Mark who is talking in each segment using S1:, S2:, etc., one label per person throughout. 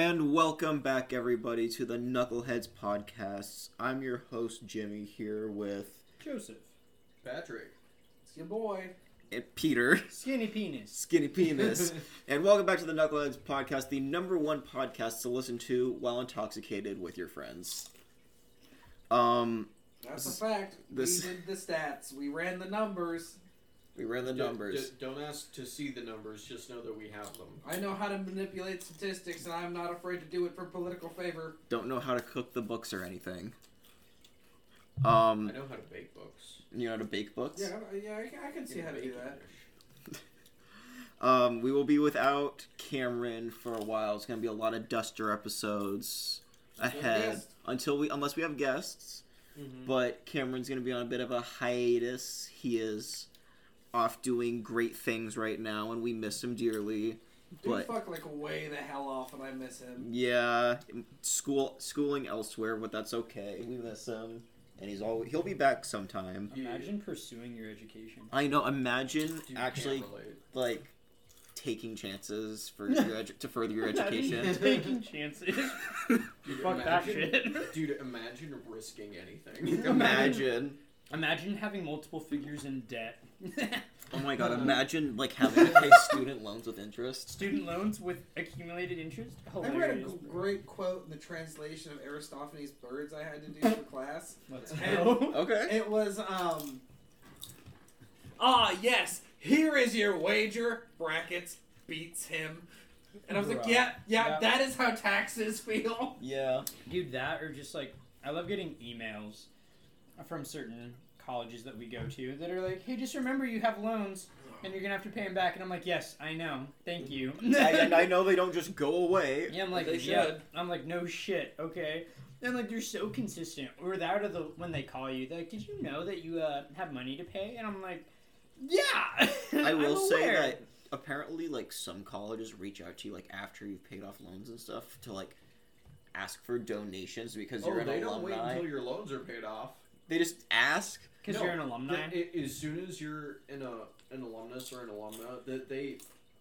S1: Welcome back, everybody, to the Knuckleheads Podcast. I'm your host, Jimmy, here with
S2: Joseph.
S3: Patrick. It's your boy.
S1: uh, Peter,
S2: Skinny penis.
S1: Skinny Penis. and welcome back to the Knuckleheads Podcast, the number one podcast to listen to while intoxicated with your friends. Um,
S3: That's
S1: This-
S3: a fact.
S1: this-
S3: We did the stats. We ran the numbers.
S1: we ran the
S4: D-
S1: numbers.
S4: d- don't ask to see the numbers, just know that we have them.
S3: I know how to manipulate statistics, and I'm not afraid to do it for political favor.
S1: Don't know how to cook the books or anything.
S4: I
S1: Um,
S4: know how to bake books.
S1: you know how to bake books?
S3: Yeah, I- yeah, I can, I can see
S4: In
S3: how to do
S4: baking
S3: that.
S4: dish.
S1: Um, we will be without Cameron for a while. It's gonna be a lot of Duster episodes ahead
S3: guest.
S1: until we, unless we have guests.
S4: Mhm.
S1: But Cameron's gonna be on a bit of a hiatus. He is off doing great things right now, and we miss him dearly.
S3: Dude,
S1: But
S3: fuck like way the hell off, and I miss him.
S1: yeah, school schooling elsewhere, but that's okay. We miss him, and he's all he'll be back sometime.
S4: You-
S2: Imagine pursuing your education.
S1: I know. Imagine
S4: you can't
S1: actually
S4: relate.
S1: like taking chances for your edu- to further your education.
S5: Taking chances.
S4: Dude,
S5: Fuck that
S4: imagine-
S5: shit.
S4: Dude, imagine risking anything.
S1: Imagine.
S5: Imagine having multiple figures in debt.
S1: Oh my god, imagine like having to pay student loans with interest.
S5: Student loans with accumulated interest.
S3: I read a
S5: Hilarious.
S3: g- great quote in the translation of Aristophanes' Birds I had to do for class.
S2: Let's
S3: go.
S1: Okay.
S3: It was, um. Ah, yes, here is your wager, brackets, beats him. And I was like,
S2: Bruh.
S3: yeah, yeah,
S2: Yeah.
S3: that is how taxes feel.
S1: Yeah.
S5: Dude, that or just like, I love getting emails from certain colleges that we go to that are like, hey, just remember you have loans and you're gonna have to pay them back. And I'm like, yes, I know. Thank you.
S1: I- and I know they don't just go away.
S5: Yeah, I'm like,
S3: They
S5: yeah.
S3: should.
S5: I'm like, no shit, okay. And like, they're so consistent. Or that, or the when they call you, they're like, did you know that you uh, have money to pay? And I'm like, yeah.
S1: I
S5: I'm
S1: will say
S5: aware."
S1: that apparently, like some colleges reach out to you like after you've paid off loans and stuff to like ask for donations because you're
S4: Oh,
S1: an
S4: they don't wait
S1: alumni.
S4: until your loans are paid off.
S1: They just ask.
S5: because
S4: No,
S5: you're an alumni.
S4: Th- i- as soon as you're in a an alumnus or an alumna, that they,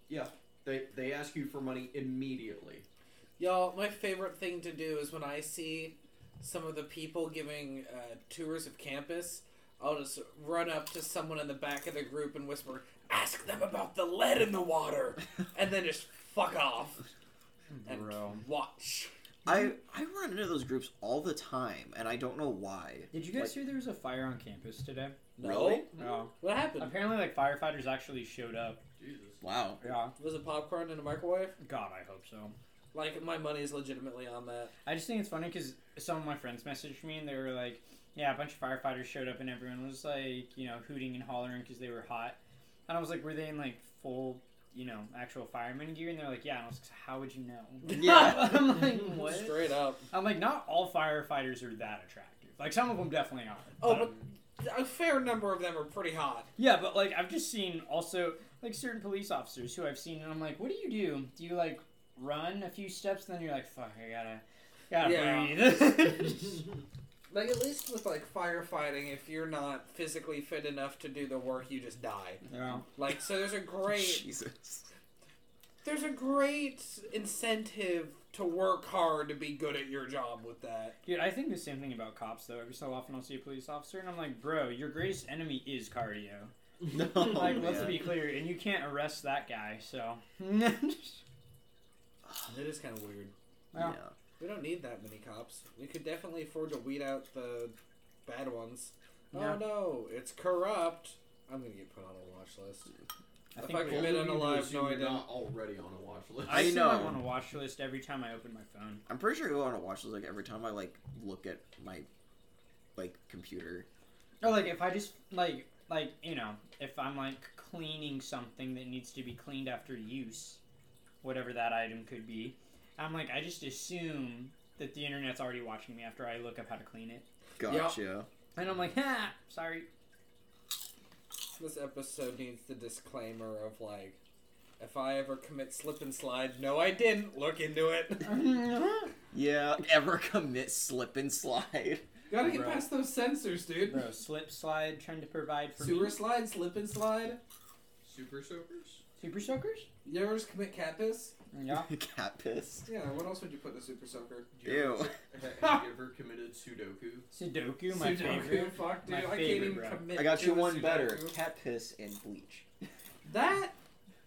S4: yeah, they they ask you for money immediately.
S3: Y'all, my favorite thing to do is when I see some of the people giving uh, tours of campus, I'll just run up to someone in the back of the group and whisper, Ask them about the lead in the water! And then just fuck off and
S5: Bro.
S3: watch.
S1: I I run into those groups all the time, and I don't know why.
S5: Did you guys hear there was a fire on campus today?
S1: Really?
S5: No.
S3: What happened?
S5: Apparently, like firefighters actually showed up.
S4: Jesus.
S1: Wow.
S5: Yeah.
S3: Was it popcorn in a microwave?
S5: God, I hope so.
S3: Like, my money's legitimately on that.
S5: I just think it's funny because some of my friends messaged me and they were like, "Yeah, a bunch of firefighters showed up and everyone was like, you know, hooting and hollering because they were hot." And I was like, "Were they in like full, you know, actual fireman gear?" And they're like, "Yeah." And I was like, "How would you know?"
S1: Yeah.
S5: I'm like, "What?"
S3: Straight up.
S5: I'm like, "Not all firefighters are that attractive. Like some of them definitely are."
S3: Oh, but a fair number of them are pretty hot.
S5: Yeah, but like I've just seen also like certain police officers who I've seen, and I'm like, what do you do? Do you like run a few steps, and then you're like, fuck, I gotta, gotta
S3: Yeah.
S5: breathe.
S3: Like at least with like firefighting, if you're not physically fit enough to do the work, you just die.
S5: yeah.
S3: Like so, there's a great
S1: Jesus.
S3: there's a great incentive to work hard to be good at your job with that.
S5: Dude, I think the same thing about cops though. Every so often I'll see a police officer, and I'm like, bro, your greatest enemy is cardio.
S1: No.
S5: like,
S1: man.
S5: let's be clear, and you can't arrest that guy. So.
S3: It is kind of weird.
S1: Yeah.
S3: We don't need that many cops. We could definitely afford to weed out the bad ones.
S5: Yeah.
S3: Oh no, it's corrupt. I'm gonna get put on a watch list.
S5: I
S3: If
S5: think
S3: I
S5: we-
S3: commit
S4: Only
S3: an
S4: you to
S3: alive,
S4: assume
S3: no, I
S4: you're
S3: didn't.
S4: not already on a watch list.
S5: I,
S1: I
S5: know.
S1: know.
S5: I'm on a watch list every time I open my phone.
S1: I'm pretty sure you want to watch this like every time I like look at my like computer.
S5: Or like if I just like like you know if I'm like cleaning something that needs to be cleaned after use, whatever that item could be, I'm like I just assume that the internet's already watching me after I look up how to clean it,
S1: Gotcha.
S5: and I'm like ha sorry.
S3: This episode needs the disclaimer of like, if I ever commit slip and slide, no, I didn't. Look into it.
S5: Bro,
S1: Yeah, ever commit slip and slide.
S3: Gotta
S5: Bro.
S3: get past those sensors, dude.
S5: slip slide trying to provide for
S3: Sewer
S5: me.
S3: slide, slip and slide.
S4: Super soakers.
S5: super soakers.
S3: You ever just commit cat piss?
S5: Yeah.
S1: Cat piss.
S3: Yeah, what else would you put in a super soaker?
S4: Did you
S1: Ew.
S4: ever- Have you ever committed Sudoku?
S5: Sudoku, my
S3: Sudoku,
S5: favorite.
S3: Fuck, dude.
S5: My
S3: I can't
S5: favorite,
S3: even
S5: bro.
S3: commit.
S1: I got
S3: to
S1: you
S3: a
S1: one
S3: Sudoku.
S1: better. Cat piss and bleach.
S3: That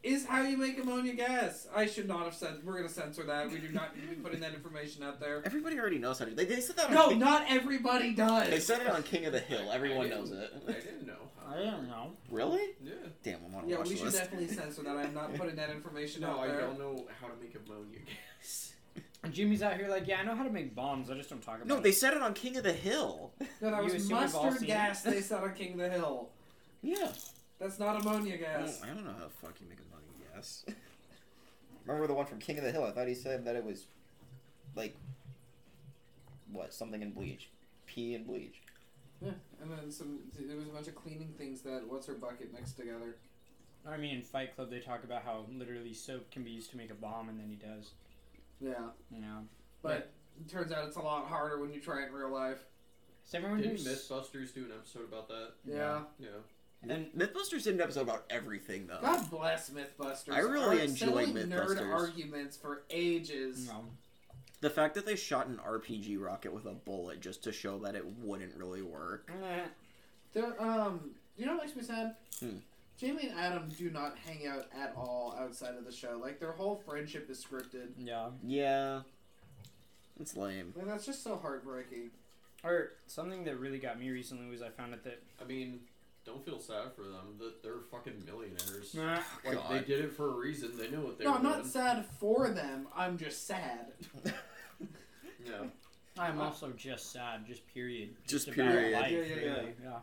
S3: is how you make ammonia gas. I should not have said. We're gonna censor that. We do not need to be putting that information out there.
S1: Everybody already knows how to. They, they said that.
S3: No,
S1: on King,
S3: not everybody
S1: They
S3: does.
S1: said it on King of the Hill. Everyone knows it.
S4: I didn't know.
S5: I don't know.
S1: Really?
S4: Yeah.
S1: Damn, I'm on a
S3: Yeah,
S1: watch
S3: we should
S1: list.
S3: definitely censor that. I'm not putting that information
S4: No,
S3: out
S4: I
S3: there.
S4: don't know how to make ammonia gas.
S5: And Jimmy's out here like, yeah, I know how to make bombs. I just don't talk about
S1: No,
S5: it.
S1: they said it on King of the Hill.
S3: No, that
S5: You
S3: was
S5: assume we've all
S3: mustard
S5: seen
S3: gas
S5: it?
S3: they said on King of the Hill.
S1: Yeah.
S3: That's not ammonia
S1: Oh,
S3: gas.
S1: I don't know how the fuck you make a money guess. Remember the one from King of the Hill? I thought he said that it was like what something in bleach, pee in bleach.
S3: And then some. There was a bunch of cleaning things that what's her bucket mixed together.
S5: I mean, in Fight Club, they talk about how literally soap can be used to make a bomb, and then he does.
S3: Yeah,
S5: You know.
S3: but it turns out it's a lot harder when you try it in real life.
S5: Is everyone
S4: Didn't
S5: who's
S4: MythBusters do an episode about that?
S3: Yeah.
S5: Yeah.
S4: Yeah.
S1: And MythBusters did an episode about everything though.
S3: God bless MythBusters.
S1: I really
S3: Our-
S1: enjoy
S3: selling
S1: Mythbusters.
S3: Nerd arguments for ages.
S5: No.
S1: The fact that they shot an RPG rocket with a bullet just to show that it wouldn't really work.
S5: Eh,
S3: There- um, you know what makes me sad?
S1: Hmm.
S3: Jamie and Adam do not hang out at all outside of the show. Like their whole friendship is scripted.
S5: Yeah.
S1: Yeah, it's lame.
S3: Man, that's just so heartbreaking.
S5: Or something that really got me recently was I found out that
S4: I mean, don't feel sad for them. That they're fucking millionaires.
S5: Nah.
S4: Like
S1: Oh, God.
S4: they did it for a reason. They knew what they
S3: no,
S4: were
S3: I'm not
S4: doing.
S3: sad for them. I'm just sad.
S4: No.
S5: I'm also just sad, just period.
S1: Just
S5: about
S1: period.
S5: life,
S3: Yeah, yeah, yeah.
S5: really, yeah.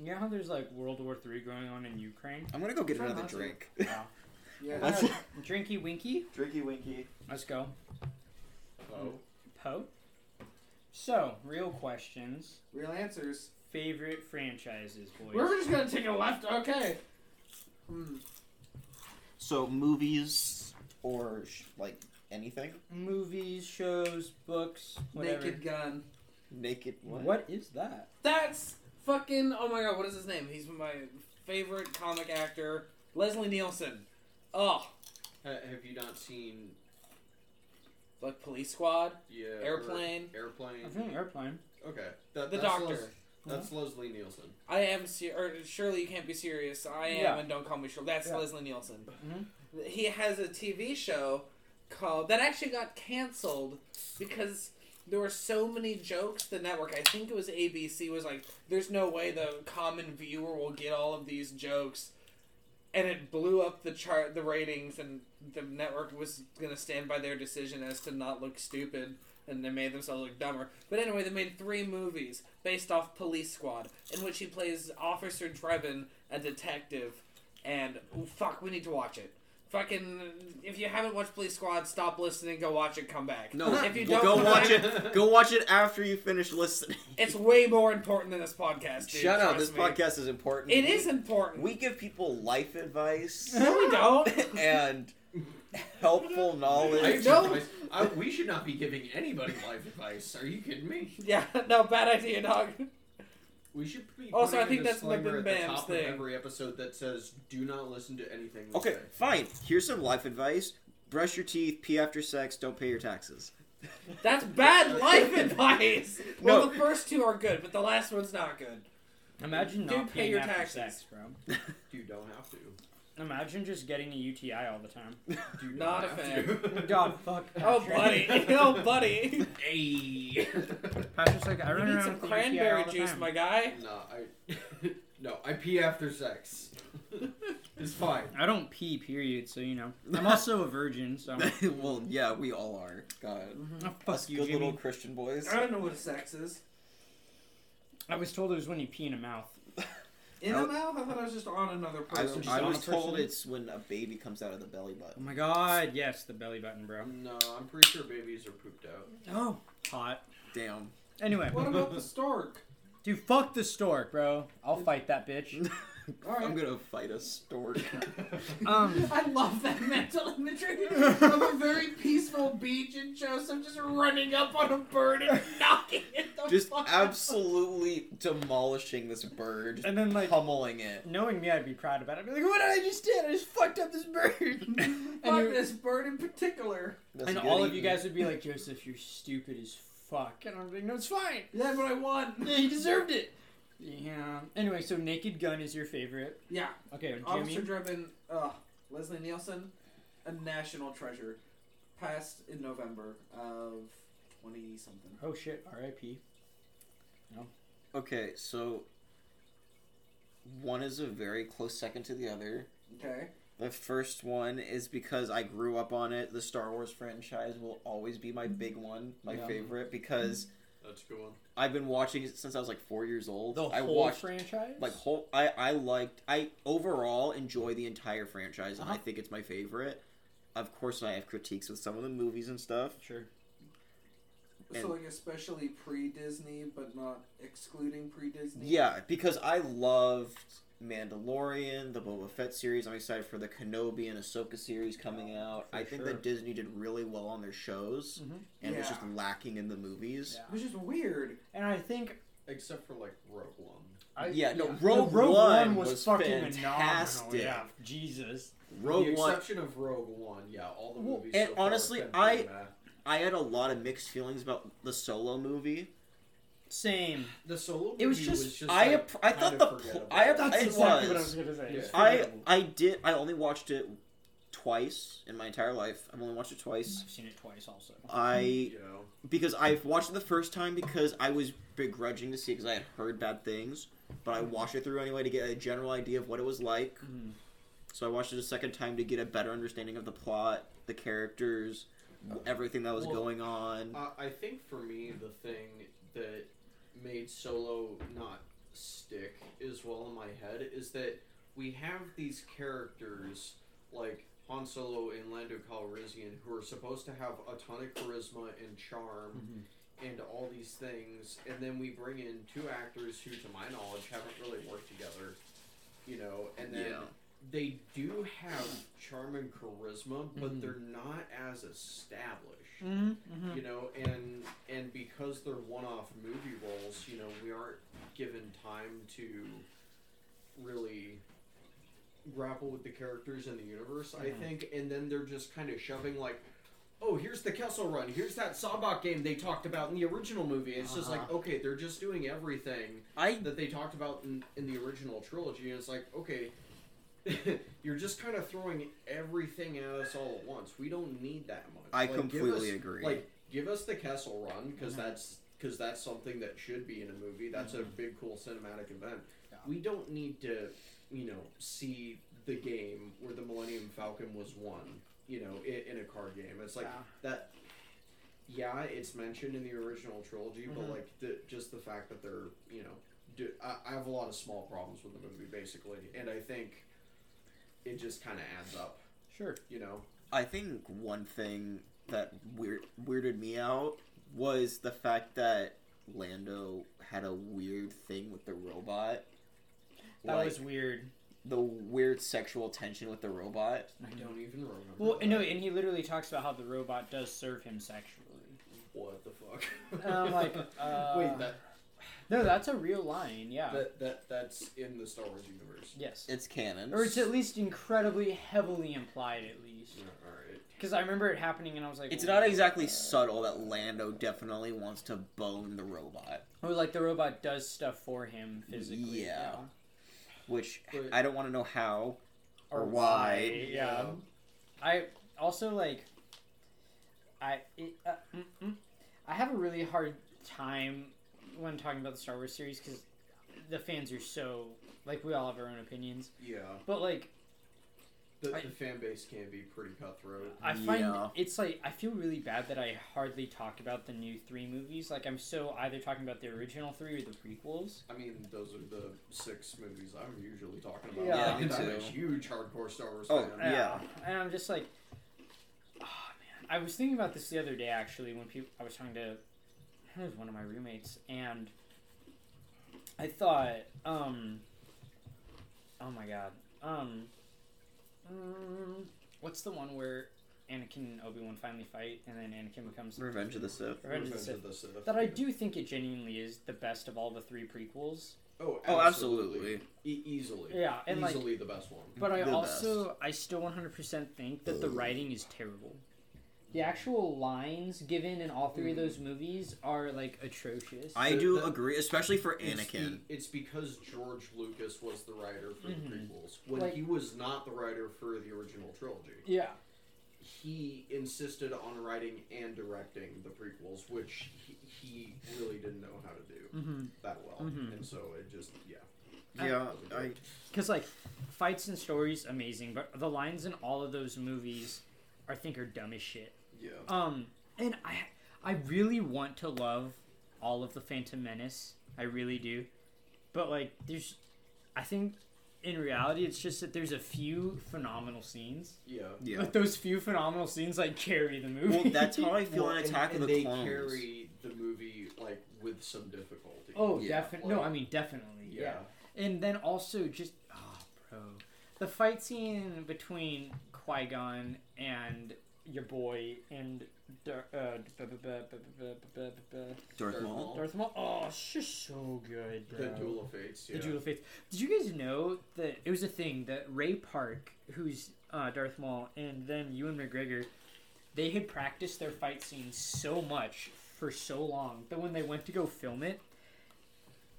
S5: You know how there's like World War Three going on in Ukraine?
S1: I'm gonna go get
S3: Try
S1: another
S3: not to.
S1: drink.
S5: Yeah.
S3: Yeah.
S1: Let's-
S5: Drinky Winky.
S1: Drinky winky.
S5: Let's go.
S4: Oh.
S3: Mm.
S5: Po. So, real questions.
S3: Real answers.
S5: Favorite franchises, boys.
S3: We're just gonna take a left. Okay. Hmm.
S1: So movies or sh- like anything?
S5: Movies, shows, books, whatever.
S3: Naked Gun.
S1: Naked. What?
S5: what is that?
S3: That's fucking. Oh my god, what is his name? He's my favorite comic actor, Leslie Nielsen. Oh,
S4: Ha- have you not seen?
S3: like Police Squad,
S4: Yeah. or-
S3: Airplane,
S4: Airplane.
S5: I'm from Airplane.
S4: Okay. That,
S3: The
S4: that's
S3: Doctor.
S4: Les- that's Leslie Nielsen.
S3: I am ser- or surely you can't be serious. I am,
S5: Yeah.
S3: and don't call me Shirley. That's
S5: Yeah.
S3: Leslie Nielsen.
S5: Mhm.
S3: He has a TV show called that actually got canceled because there were so many jokes. The network, I think it was ABC, was like, "There's no way the common viewer will get all of these jokes," and it blew up the chart, the ratings, and the network was gonna stand by their decision as to not look stupid. And they made themselves look dumber. But anyway, they made three movies based off Police Squad, in which he plays Officer Drebin, a detective, and oh, fuck, we need to watch it. Fucking, if you haven't watched Police Squad, stop listening, go watch it, come back.
S1: No,
S3: if you
S1: well, go
S3: don't come
S1: watch
S3: back,
S1: it. Go watch it after you finish listening.
S3: It's way more important than this podcast. Dude.
S1: Shut up!
S3: Trust
S1: This
S3: me.
S1: podcast is important.
S3: It is important.
S1: We give people life advice
S3: no, we don't.
S1: and helpful knowledge.
S3: No.
S4: advice- I, we should not be giving anybody life advice. Are you kidding me?
S3: yeah, no, bad idea, dog.
S4: We should be
S3: Also,
S4: putting
S3: I think
S4: a
S3: that's the
S4: disclaimer
S3: Bim
S4: at the
S3: Bam's
S4: top
S3: thing.
S4: of every episode that says, "Do not listen to anything." we
S1: Okay,
S4: say."
S1: fine. Here's some life advice: brush your teeth, pee after sex, don't pay your taxes.
S3: That's bad life advice. Well,
S1: No.
S3: the first two are good, but the last one's not good.
S5: Imagine
S3: Do
S5: not
S3: pay
S5: paying
S3: your
S5: after
S3: taxes.
S5: sex, bro.
S4: You don't have to.
S5: Imagine just getting a UTI all the time.
S4: Do
S3: Not a
S4: have to.
S5: God, fuck.
S3: Oh, buddy.
S5: Patrick.
S3: Oh, buddy.
S4: Hey.
S5: Patrick's like, I
S3: You
S5: run
S3: need
S5: around
S3: some
S5: with a UTI all
S3: cranberry
S5: the
S3: juice,
S5: time.
S3: my guy.
S4: no, I. no, I pee after sex. it's fine.
S5: I don't pee, period. So you know, I'm also a virgin. So
S1: well, yeah, we all are. God,
S5: Oh,
S1: us
S5: fuck you,
S1: good
S5: Jimmy.
S1: little Christian boys.
S3: I don't know what sex is.
S5: I was told it was when you pee in a mouth.
S3: In
S1: I-
S3: the mouth? I thought I was just on another
S1: Oh. I,
S3: person.
S5: Just
S1: I
S5: on a
S1: was told
S5: person?
S1: it's when a baby comes out of the belly
S5: Oh
S1: button.
S5: my god, yes, the belly button, bro.
S4: No, I'm pretty sure babies are pooped out.
S5: Oh, hot.
S1: Damn.
S5: Anyway,
S3: what about the stork?
S5: dude, fuck the stork, bro. I'll fight that bitch.
S1: I'm gonna fight a stork.
S5: Um,
S3: I love that mental imagery of a very peaceful beach and Joseph just running up on a bird and knocking it the
S1: just absolutely demolishing this bird,
S5: And then like
S1: pummeling it.
S5: knowing me, I'd be proud about it. I'd be like, what did I just did? I just fucked up this bird. and
S3: Fuck
S5: you-
S3: this bird in particular.
S1: That's
S5: and
S1: good
S5: all of you
S1: eating.
S5: guys would be like, Joseph, you're stupid as fuck. And I'm like, no, it's fine.
S3: That's what I want.
S5: Yeah, he deserved it. Yeah. Anyway, so Naked Gun is your favorite.
S3: Yeah,
S5: Okay, Jimmy.
S3: Officer Driven, uh, Leslie Nielsen, a national treasure, passed in November of twenty something.
S5: Oh shit, R.I.P.
S1: Okay, so one is a very close second to the other.
S3: Okay.
S1: The first one is because I grew up on it. The Star Wars franchise will always be my big one, my
S5: Yeah.
S1: favorite, because
S4: That's a good one.
S1: I've been watching it since I was like four years old.
S5: The
S1: I
S5: whole
S1: watched
S5: franchise.
S1: like whole. I I liked. I overall enjoy the entire franchise, and I
S5: Uh-huh.
S1: think it's my favorite. Of course, I have critiques with some of the movies and stuff.
S5: sure.
S1: And-
S3: so like especially pre Disney, but not excluding pre Disney.
S1: Yeah, because I loved Mandalorian, the Boba Fett series. I'm excited for the Kenobi and Ahsoka series coming out.
S5: Oh, For
S1: I think
S5: sure.
S1: that Disney did really well on their shows
S5: Mhm.
S1: and was just
S3: Yeah.
S1: lacking in the movies.
S5: Yeah.
S3: Which is weird.
S5: And I think
S4: Except for like Rogue One.
S5: I,
S1: Yeah, no, Rogue One was fantastic.
S5: Yeah, Jesus.
S1: Rogue
S4: the
S1: One,
S4: exception of Rogue One, yeah, all the
S1: Well,
S4: movies.
S1: and
S4: so far have
S1: honestly,
S4: been
S1: I-
S4: pretty bad.
S1: I had a lot of mixed feelings about the Solo movie.
S5: Same.
S4: the solo movie
S5: It was just-
S1: I
S4: like,
S1: app- I
S4: kind
S1: thought
S4: of
S1: the pl-
S4: forgettable.
S1: I app-
S5: That's
S1: It
S5: exactly what I
S1: was.
S5: was gonna say.
S4: Yeah.
S5: It's
S1: I
S5: forgettable.
S1: I did I only watched it twice in my entire life. I've only watched it twice.
S5: I've seen it twice also.
S1: I
S4: you know,
S1: because I watched it the first time because I was begrudging to see because I had heard bad things, but
S5: Mm-hmm.
S1: I watched it through anyway to get a general idea of what it was like.
S5: Mhm.
S1: So I watched it a second time to get a better understanding of the plot, the characters, everything that was
S4: Well,
S1: going on.
S4: Uh, I think for me, the thing that made Solo not stick as well in my head is that we have these characters like Han Solo and Lando Calrissian who are supposed to have a ton of charisma and charm and all these things, and then we bring in two actors who, to my knowledge, haven't really worked together, you know, and then
S1: Yeah.
S4: they do have charm and charisma, but
S5: Mhm.
S4: they're not as established
S1: Mm-hmm.
S5: Mhm, mhm.
S4: you know and and because they're one-off movie roles you know we aren't given time to really grapple with the characters in the universe
S5: Mhm.
S4: i think and then they're just kind of shoving like oh here's the kessel run here's that sabak game they talked about in the original movie it's just like
S5: Uh-huh.
S4: okay they're just doing everything
S1: I
S4: that they talked about in, in the original trilogy and it's like okay you're just kind of throwing everything at us all at once we don't need that much
S1: I
S4: Like, give
S1: completely
S4: us-
S1: agree.
S4: like give us the Kessel Run because
S5: Mhm.
S4: that's because that's something that should be in a movie. That's a big cool cinematic event.
S5: Yeah.
S4: We don't need to, you know, see the game where the Millennium Falcon was won. You know, in, in a card game, it's like
S5: Yeah.
S4: that. Yeah, it's mentioned in the original trilogy,
S5: Mhm.
S4: but like the, just the fact that they're, you know, do, I, I have a lot of small problems with the movie basically, and I think it just kind of adds up.
S5: Sure.
S4: You know,
S1: I think one thing that weird weirded me out was the fact that Lando had a weird thing with the robot.
S5: That
S1: like
S5: was weird.
S1: the weird sexual tension with the robot.
S4: I don't even remember.
S5: Mm-hmm. Well,
S4: that.
S5: and no, and he literally talks about how the robot does serve him sexually.
S4: what the fuck?
S5: And I'm like, uh,
S4: Wait, that,
S5: no, that's a real line. Yeah.
S4: that that that's in the Star Wars universe.
S5: yes.
S1: It's canon.
S5: or it's at least incredibly heavily implied, at least.
S4: Yeah, all right.
S5: Because I remember it happening, and I was like,
S1: It's not exactly
S5: "What?"
S1: subtle that Lando definitely wants to bone the robot,
S5: Oh, like the robot does stuff for him physically.
S1: Yeah. which
S4: But-
S1: I don't want to know how. Or why.
S5: Yeah. I also like. I it, uh, mm, mm. I have a really hard time when talking about the Star Wars series because the fans are so like we all have our own opinions,
S4: Yeah,
S5: but like
S4: the,
S5: I-
S4: the fan base can be pretty cutthroat.
S5: I find
S1: Yeah.
S5: it's like I feel really bad that I hardly talk about the new three movies. Like I'm so either talking about the original three or the prequels.
S4: I mean, those are the six movies I'm usually talking about.
S5: Yeah,
S4: Like,
S1: me
S4: I'm a
S1: too.
S4: huge hardcore Star Wars
S1: Oh,
S4: fan.
S1: yeah.
S5: And I'm just like, oh man. I was thinking about this the other day actually when people I was talking to it was one of my roommates and I thought, um, oh my god, um, mm, what's the one where Anakin and Obi Wan finally fight, and then Anakin becomes
S1: Revenge of the Sith.
S5: Revenge of the Sith. That I do think it genuinely is the best of all the three prequels.
S4: Oh,
S1: Oh,
S4: absolutely.
S1: absolutely.
S4: E- easily.
S5: Yeah, and like,
S4: easily the best one.
S5: but I
S1: The
S5: also I still 100% think that the writing is terrible. The actual lines given in all three of those movies are like atrocious.
S1: I
S4: The-
S1: do
S4: the-
S1: agree, especially for
S4: It's
S1: Anakin.
S4: be- It's, because George Lucas was the writer for
S5: Mhm.
S4: the prequels. When
S5: Like-
S4: he was not the writer for the original trilogy,
S5: yeah,
S4: he insisted on writing and directing the prequels, which he, he really didn't know how to do
S5: mm-hmm.
S4: that well.
S5: Mhm.
S4: And so it just, yeah.
S1: yeah, I
S5: Because like fights and stories amazing, but the lines in all of those movies, I think, are dumb as shit.
S4: Yeah.
S5: Um, and I, I really want to love all of the Phantom Menace. I really do, but like, there's, I think, in reality, it's just that there's a few phenomenal scenes.
S4: Yeah.
S1: yeah.
S5: But those few phenomenal scenes like carry the movie.
S1: Well, that's how I feel
S4: Well,
S1: on
S4: and-
S1: Attack
S4: and
S1: of the
S4: they
S1: Clones.
S4: carry the movie, like, with some difficulty.
S5: oh,
S1: Yeah.
S5: definitely. No, I mean definitely.
S4: Yeah.
S5: Yeah. And then also just oh, bro, the fight scene between Qui Gon and your boy and Dar- uh, bu- bu- bu- bu- bu- bu- bu- bu-
S1: Darth
S4: Darth
S1: Maul.
S4: Maul.
S5: Darth Maul. Oh, it's just so good, bro.
S4: The Duel of Fates.
S5: The
S4: Yeah.
S5: Duel of Fates. Did you guys know that it was a thing that Ray Park, who's uh, Darth Maul, and then Ewan McGregor, they had practiced their fight scenes so much for so long that when they went to go film it,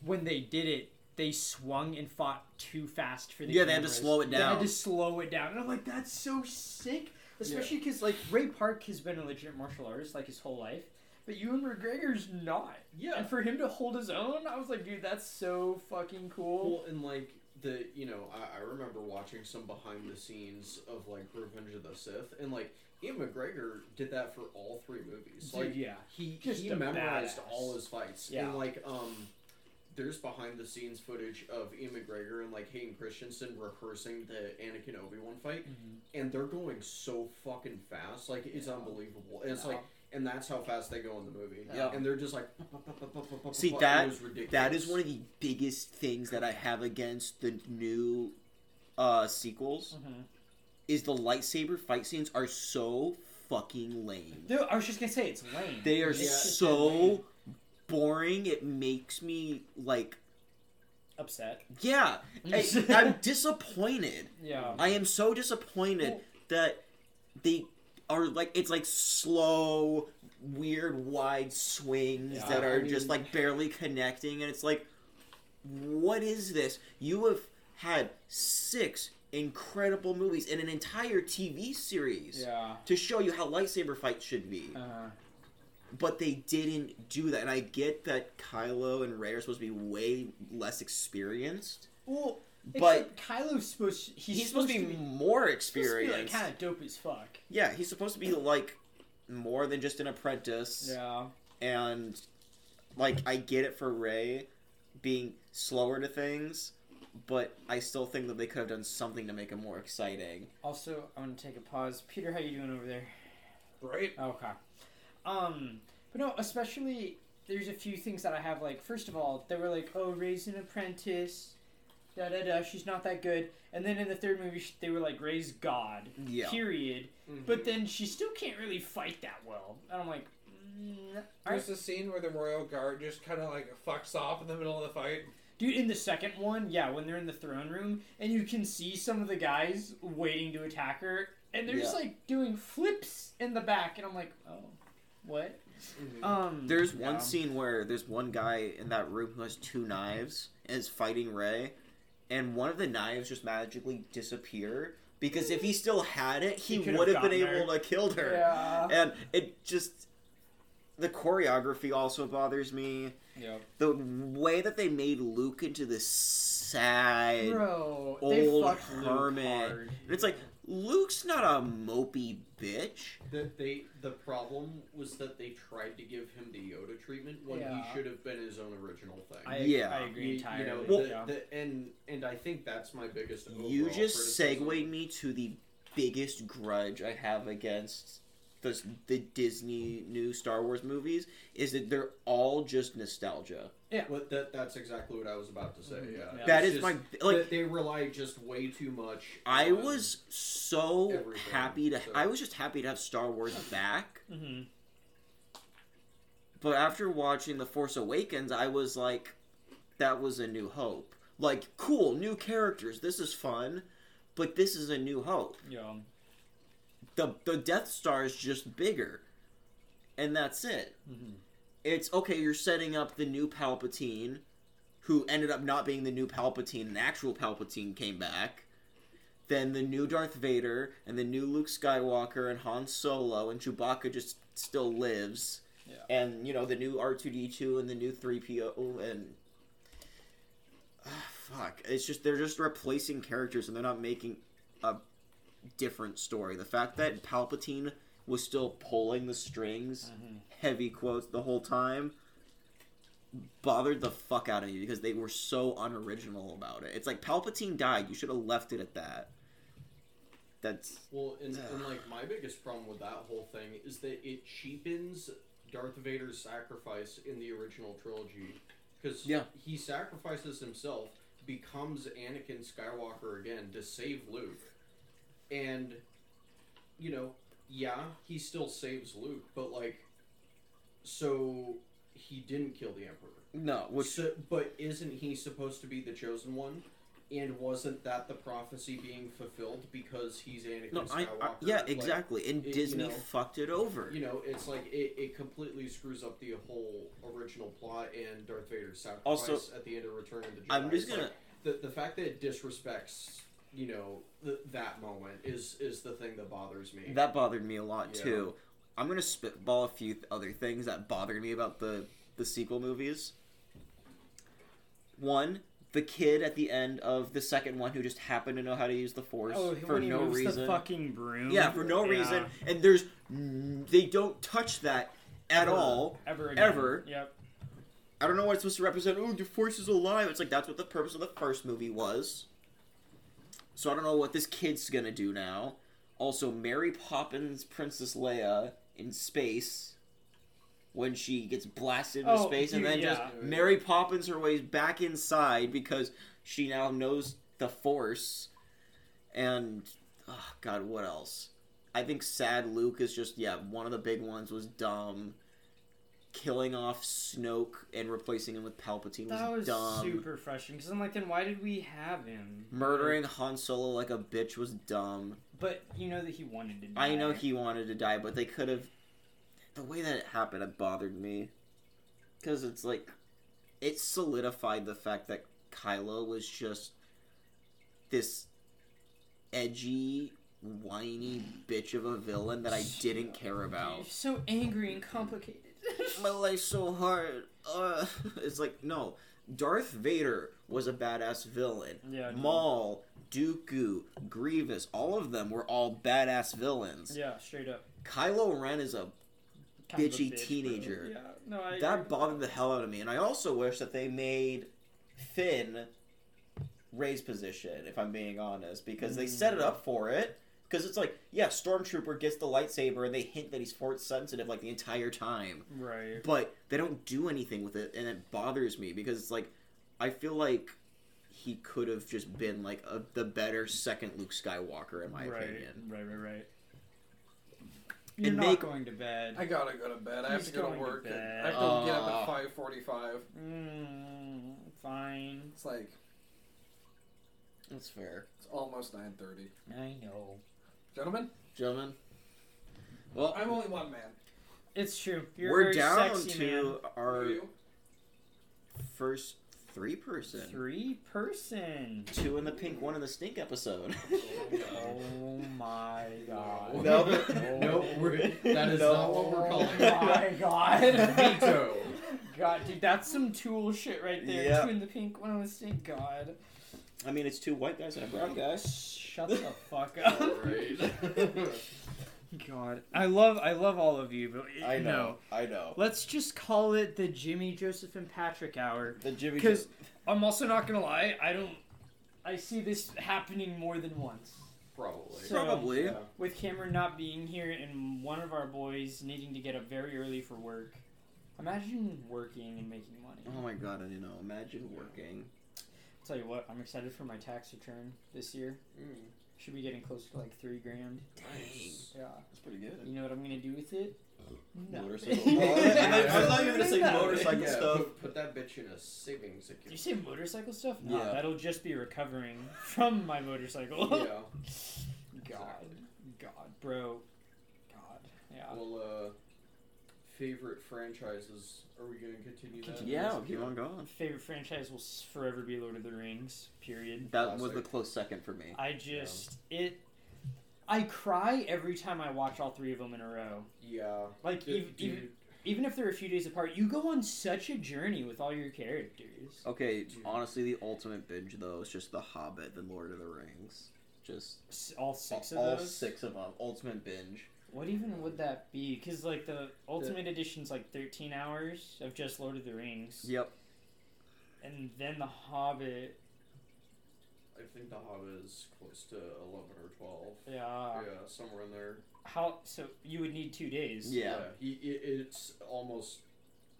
S5: when they did it, they swung and fought too fast for the
S1: Yeah, they had to
S5: cameras.
S1: slow it
S5: They had
S1: down.
S5: to slow it down, and I'm like, that's so sick. Especially because like Ray Park has been a legit martial artist like his whole life, but Ewan McGregor's not.
S4: Yeah.
S5: And for him to hold his own, I was like, dude, that's so fucking cool.
S4: Well, and like the you know, I, I remember watching some behind the scenes of like Revenge of the Sith, and like Ian McGregor did that for all three movies. Like
S5: yeah.
S4: he
S5: Just
S4: he
S5: a
S4: memorized
S5: badass.
S4: all his fights,
S5: Yeah.
S4: and like um. There's behind the scenes footage of Ian McGregor and like Hayden Christensen rehearsing the Anakin Obi Wan fight,
S1: Mm-hmm.
S4: and they're going so fucking fast, like it's unbelievable. And it's like, and that's how fast they go in the movie.
S1: Yeah.
S4: and they're just like,
S1: See,
S4: it
S1: that-
S4: was ridiculous.
S1: That is one of the biggest things that I have against the new uh, sequels
S4: Mm-hmm.
S1: is the lightsaber fight scenes are so fucking lame.
S5: Dude, I was just gonna say it's lame.
S1: They are
S5: It's just
S1: so boring. It makes me like,
S5: upset.
S1: yeah, I, am disappointed.
S5: Yeah.
S1: I am so disappointed
S5: Well-
S1: that they are like it's like slow, weird, wide swings
S5: Yeah,
S1: that
S5: I
S1: are just
S4: mean-
S1: like barely connecting, and it's like, what is this? You have had six incredible movies and an entire TV series
S5: Yeah.
S1: to show you how lightsaber fights should be
S5: Uh,
S1: but they didn't do that. And I get that Kylo and Rey are supposed to be way less experienced.
S5: well,
S1: But-
S5: but Kylo's supposed to, he's,
S1: He's, supposed, to be more
S5: Experience.
S1: experienced.
S5: Kind of dope as fuck.
S1: yeah, he's supposed to be like more than just an apprentice.
S5: Yeah.
S1: And like I get it for Rey being slower to things, but I still think that they could have done something to make him more exciting.
S5: Also, I want to take a pause. Peter, how you doing over there?
S3: Right?
S5: Oh, Okay. Um, but no, especially there's a few things that I have like. First of all, they were like, "Oh, raise an apprentice." Da da da. She's not that good. And then in the third movie, sh- they were like, "Raise God."
S1: Yeah.
S5: Period.
S4: Mhm.
S5: But then she still can't really fight that well. And I'm like, mm, all right.
S3: There's a scene where the royal guard just kind of like fucks off in the middle of the fight.
S5: dude. In the second one, yeah, when they're in the throne room and you can see some of the guys waiting to attack her, and they're just
S1: Yeah.
S5: like doing flips in the back, and I'm like, oh, what?
S4: Mhm.
S3: Uh,
S5: Um,
S1: There's one
S5: yeah.
S1: scene where there's one guy in that room who has two knives and is fighting Ray, and one of the knives just magically disappear because if he still had it, he,
S5: He could've
S1: would have been
S5: gotten her.
S1: able to kill her.
S5: Yeah.
S1: And it just the choreography also bothers me.
S5: Yep.
S1: The way that they made Luke into this sad
S5: Bro,
S1: old
S5: they fucked
S1: hermit.
S5: Luke hard.
S1: and it's like Luke's not a mopey bitch.
S4: That they the problem was that they tried to give him the Yoda treatment when
S5: Yeah.
S4: he should have been his own original thing.
S5: I,
S1: Yeah.
S5: I agree
S4: you, you
S5: entirely.
S4: know,
S1: Well-
S4: the, the- and and I think that's my biggest.
S1: you
S4: overall
S1: just
S4: criticism.
S1: segued me to the biggest grudge I have against the the Disney new Star Wars movies is that they're all just nostalgia.
S5: Yeah.
S4: But that, that's exactly what I was about to say.
S3: Mhm.
S4: Yeah.
S5: Yeah.
S4: That
S1: That
S4: is
S1: is my like.
S4: they rely just way too much.
S1: I
S4: on-
S1: was so
S4: everything,
S1: happy to.
S4: so-
S1: I was just happy to have Star Wars back.
S5: Mm-hmm.
S1: But after watching The Force Awakens, I was like, that was a new hope. Like, cool, new characters. This is fun. But this is a new hope.
S5: Yeah.
S1: The, the Death Star is just bigger. And that's it.
S5: Mm-hmm.
S1: It's okay, you're setting up the new Palpatine, who ended up not being the new Palpatine. An actual Palpatine came back. Then the new Darth Vader, and the new Luke Skywalker, and Han Solo, and Chewbacca just still lives and you know the new R two D two and the new three PO and Ah, fuck, it's just they're just replacing characters and they're not making a different story. The fact that Palpatine was still pulling the strings,
S5: Mhm.
S1: heavy quotes the whole time, bothered the fuck out of me because they were so unoriginal about it. It's like Palpatine died. You should have left it at that. That's
S4: Well, and, and like my biggest problem with that whole thing is that it cheapens Darth Vader's sacrifice in the original trilogy because
S1: Yeah.
S4: he sacrifices himself, becomes Anakin Skywalker again to save Luke, and you know, yeah, he still saves Luke, but like, so he didn't kill the Emperor.
S1: no, which
S4: So- but isn't he supposed to be the chosen one? And wasn't that the prophecy being fulfilled because he's Anakin
S1: no, I,
S4: Skywalker?
S1: I yeah,
S4: Like,
S1: exactly. And
S4: it- you
S1: Disney
S4: know,
S1: fucked it over.
S4: you know, it's like it, it completely screws up the whole original plot and Darth Vader's sacrifice
S1: Also-
S4: at the end of Return of the Jedi.
S1: I'm just
S4: It's
S1: gonna.
S4: like, the, the fact that it disrespects you know th- that moment is is the thing that bothers me.
S1: That bothered me a lot
S4: Yeah.
S1: too. I'm gonna spitball a few th- other things that bothered me about the the sequel movies. One, the kid at the end of the second one who just happened to know how to use the force
S5: Oh,
S1: for
S5: when he
S1: no
S5: moves
S1: reason.
S5: the fucking broom.
S1: yeah, for no
S5: Yeah.
S1: reason. And there's n- they don't touch that at
S5: Ever.
S1: all.
S5: Ever again.
S1: Ever.
S5: Yep.
S1: I don't know what it's supposed to represent. Oh, the force is alive. It's like that's what the purpose of the first movie was. So I don't know what this kid's gonna do now. Also, Mary Poppins Princess Leia in space when she gets blasted into
S5: Oh,
S1: space, and
S5: dude,
S1: then
S5: yeah.
S1: just Mary Poppins her way back inside because she now knows the force. And oh god, what else? I think Sad Luke is just yeah one of the big ones was dumb. Killing off Snoke and replacing him with Palpatine was,
S5: That was
S1: dumb.
S5: super frustrating because I'm like, then why did we have him?
S1: Murdering Han Solo like a bitch was dumb.
S5: But you know that he wanted to. Die.
S1: I know he wanted to die, but they could have. The way that it happened, it bothered me. Because it's like. It solidified the fact that Kylo was just this edgy, whiny bitch of a villain that I didn't care about.
S5: You're so angry and complicated.
S1: My life's so hard. Uh, it's like, no. Darth Vader was a badass villain.
S5: yeah.
S1: Maul, Dooku, Grievous, all of them were all badass villains.
S5: Yeah, straight up.
S1: Kylo Ren is a
S5: Kind of a
S1: Bitchy
S5: bitch, bro.
S1: teenager.
S5: Yeah. No, I. agree.
S1: that bothered the hell out of me, and I also wish that they made Finn Ray's position, if I'm being honest, because they set it up for it. Because it's like, yeah, Stormtrooper gets the lightsaber, and they hint that he's force sensitive like the entire time,
S5: Right.
S1: but they don't do anything with it, and it bothers me because it's like, I feel like he could have just been like a, the better second Luke Skywalker, in my
S5: right.
S1: opinion.
S5: Right. Right. Right. You're not
S1: make-
S5: going to bed.
S3: I gotta go to bed. I have to
S5: He's
S3: go
S5: going
S3: to
S5: to
S3: work. and
S5: bed.
S3: I have to get
S1: Aw.
S3: up at five forty-five.
S5: Mm, fine.
S3: It's like
S1: That's fair,
S3: it's almost nine thirty.
S5: I know.
S3: Gentlemen,
S1: gentlemen. Well,
S3: I'm only one man.
S5: It's true. You're
S1: we're
S5: very
S1: down
S5: sexy,
S1: to
S5: man.
S1: our
S3: you?
S1: first three person.
S5: three person.
S1: Two in the pink, one in the stink episode.
S5: Oh my god.
S4: No.
S1: No.
S4: no, we're, that is
S1: No.
S4: not what we're
S5: Oh
S4: calling it.
S5: my god.
S4: Veto.
S5: god, dude, that's some tool shit right there.
S1: Yeah.
S5: Two in the pink, one in the stink. God.
S1: I mean, it's two white guys and a brown guy.
S5: Shut the fuck up.
S4: Alright.
S5: God, I love, I love all of you, but
S1: I
S5: no.
S1: know, I know.
S5: Let's just call it the Jimmy, Joseph, and Patrick hour.
S1: The Jimmy.
S5: Because I'm also not gonna lie, I don't. I see this happening more than once.
S4: Probably.
S5: So-
S1: probably.
S4: Yeah.
S5: With Cameron not being here and one of our boys needing to get up very early for work, Imagine working and making money.
S1: Oh my god, I don't know. Imagine working.
S5: tell you what, I'm excited for my tax return this year.
S4: Mm.
S5: Should be getting close to like three grand.
S6: Dang.
S5: Yeah.
S6: That's pretty good.
S5: You know what I'm gonna do with it?
S6: Motorcycle.
S5: Nothing.
S6: Well, I- I- I thought you were gonna say
S5: Nothing.
S6: motorcycle
S4: yeah,
S6: stuff.
S4: Put, put that bitch in a savings
S5: Did you
S4: account.
S5: say motorcycle stuff? No,
S1: Yeah.
S5: that'll just be recovering from my motorcycle.
S4: yeah.
S5: God,
S4: Exactly.
S5: God, bro, God, yeah.
S4: Well, uh, favorite franchises? Are we gonna continue that?
S5: Continue.
S1: Yeah, keep on going.
S5: Favorite franchise will s- forever be Lord of the Rings. Period.
S1: That was the
S4: Classic.
S1: close second for me.
S5: I just it. I cry every time I watch all three of them in a row.
S4: Yeah.
S5: Like
S4: Dude,
S5: even, even even if they're a few days apart, you go on such a journey with all your characters.
S1: Okay, honestly, the ultimate binge though is just The Hobbit, The Lord of the Rings. Just
S5: S- All six of
S1: all
S5: those.
S1: six of them. Ultimate binge.
S5: What even would that be? Because like the Ultimate Edition's like thirteen hours of just Lord of the Rings,
S1: Yep.
S5: and then The Hobbit.
S4: I think the Hobbit is close to eleven or twelve.
S5: Yeah.
S4: yeah, somewhere in there.
S5: How? So you would need two days.
S1: Yeah.
S4: he, i- it's almost,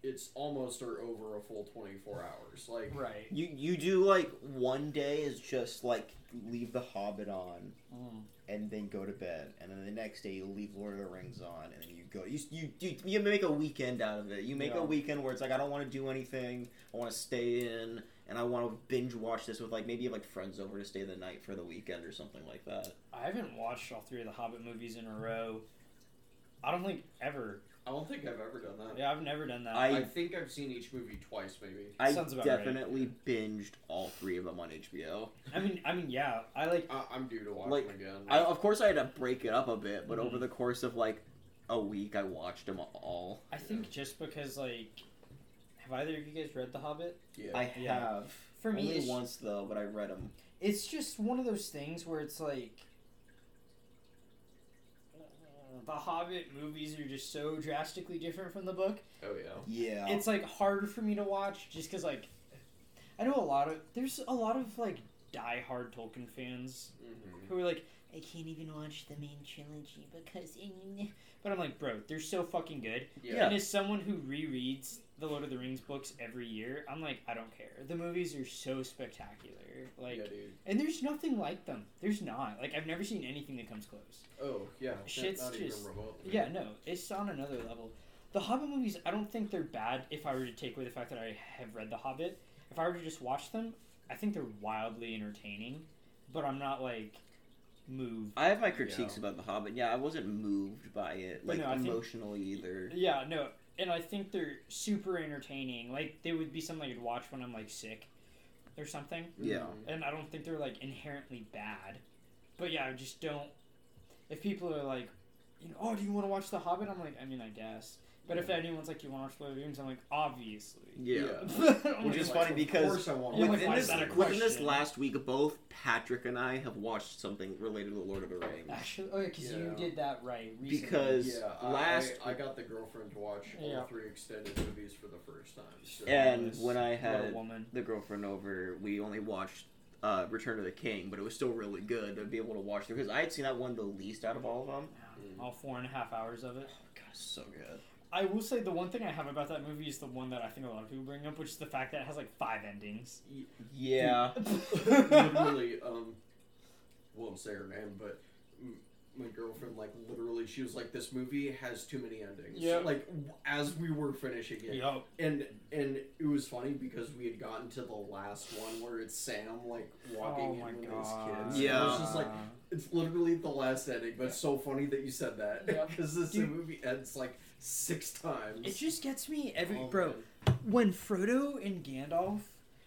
S4: it's almost or over a full twenty-four hours. Like,
S5: Right.
S1: You you do like one day is just like
S6: Leave the Hobbit on
S5: Mm.
S6: and then go to bed, and then the next day you leave Lord of the Rings on, and then you go. You you
S1: you, you make a weekend out of it. You make
S5: Yeah.
S1: a weekend where it's like I don't want to do anything. I want to stay in and I want to binge watch this with like maybe you have, like friends over to stay the night for the weekend or something like that.
S5: I haven't watched all three of the Hobbit movies in a row. I don't think ever.
S4: I don't think I've ever done that.
S5: Yeah, I've never done that.
S4: I,
S1: I-
S4: think I've seen each movie twice, maybe.
S1: I
S5: Sounds about right.
S1: definitely binged all three of them on HBO.
S5: I mean, I mean, yeah. I like.
S4: I, I'm due to watch
S1: Like,
S4: them again.
S1: I, of course, I had to break it up a bit, but
S5: Mhm.
S1: over the course of like a week, I watched them all.
S5: I think just because like, have either of you guys read The Hobbit?
S4: yeah.
S1: I
S5: Yeah.
S1: have
S5: For me,
S1: only
S5: it's-
S1: once though, but I read them.
S5: it's just one of those things where it's like the Hobbit movies are just so drastically different from the book.
S4: oh yeah.
S6: yeah.
S5: It's like harder for me to watch just because like I know a lot of there's a lot of like diehard Tolkien fans
S4: hmm
S5: who are like I can't even watch the main trilogy because but I'm like bro they're so fucking good
S4: Yeah.
S5: and as someone who rereads the Lord of the Rings books every year I'm like I don't care the movies are so spectacular like
S4: yeah, dude.
S5: and there's nothing like them. There's not. Like I've never seen anything that comes close.
S4: Oh yeah. that-
S5: Shit's
S4: not
S5: just-
S4: even remotely.
S5: Yeah, no, it's on another level. The Hobbit movies, I don't think they're bad if I were to take away the fact that I have read The Hobbit. If I were to just watch them, I think they're wildly entertaining, but I'm not like moved.
S1: I have my
S4: Yeah.
S1: critiques about The Hobbit. Yeah, I wasn't moved by it,
S5: But
S1: like
S5: no, I think-
S1: emotionally either.
S5: Yeah, no. And I think they're super entertaining. Like they would be something I'd watch when I'm like sick or something.
S1: Yeah.
S4: Mhm.
S5: and I don't think they're like inherently bad. But yeah, I just don't. If people are like, you know, oh, do you want to watch The Hobbit? I'm like, I mean, I guess. But if
S4: Yeah.
S5: anyone's like, you want to watch Lord of the Rings? I'm like, obviously.
S1: Yeah.
S4: Yeah.
S5: I'm
S1: Which
S5: like,
S1: is
S4: Like,
S1: funny
S4: of
S1: because
S4: course I want
S5: Yeah,
S4: to
S5: like,
S1: Within
S4: watch
S5: why
S4: it.
S1: this,
S5: is that a
S1: within this
S5: question?
S1: last week, both Patrick and I have watched something related to The Lord of the Rings.
S5: Actually, oh, because you
S4: Yeah.
S5: did that right recently.
S1: Because-
S4: Yeah, I-
S1: last-
S4: I, I got the girlfriend to watch
S5: Yeah.
S4: all three extended movies for the first time. So.
S1: And
S5: Yes.
S1: when I
S5: What a
S1: had
S5: woman.
S1: the girlfriend over, we only watched uh, Return of the King, but it was still really good to be able to watch through because I had seen that one the least out of all of them.
S5: All four and a half hours of it.
S1: Oh, God, it's so good.
S5: I will say the one thing I have about that movie is the one that I think a lot of people bring up, which is the fact that it has like five endings.
S1: Yeah.
S4: literally, um, won't say her name, but m- my girlfriend, like, literally, she was like, "This movie has too many endings."
S5: Yeah.
S4: Like, w- as we were finishing it,
S5: Yup.
S4: and and it was funny because we had gotten to the last one where it's Sam like
S5: Oh
S4: walking
S5: my
S4: in with
S5: god.
S4: his kids.
S1: Yeah.
S4: and I was just like, it's literally the last ending, but it's so funny that you said that
S5: Yeah.
S4: because this
S5: Dude.
S4: movie ends like six times.
S5: It just gets me every
S4: Oh,
S5: bro.
S4: man.
S5: When Frodo and Gandalf,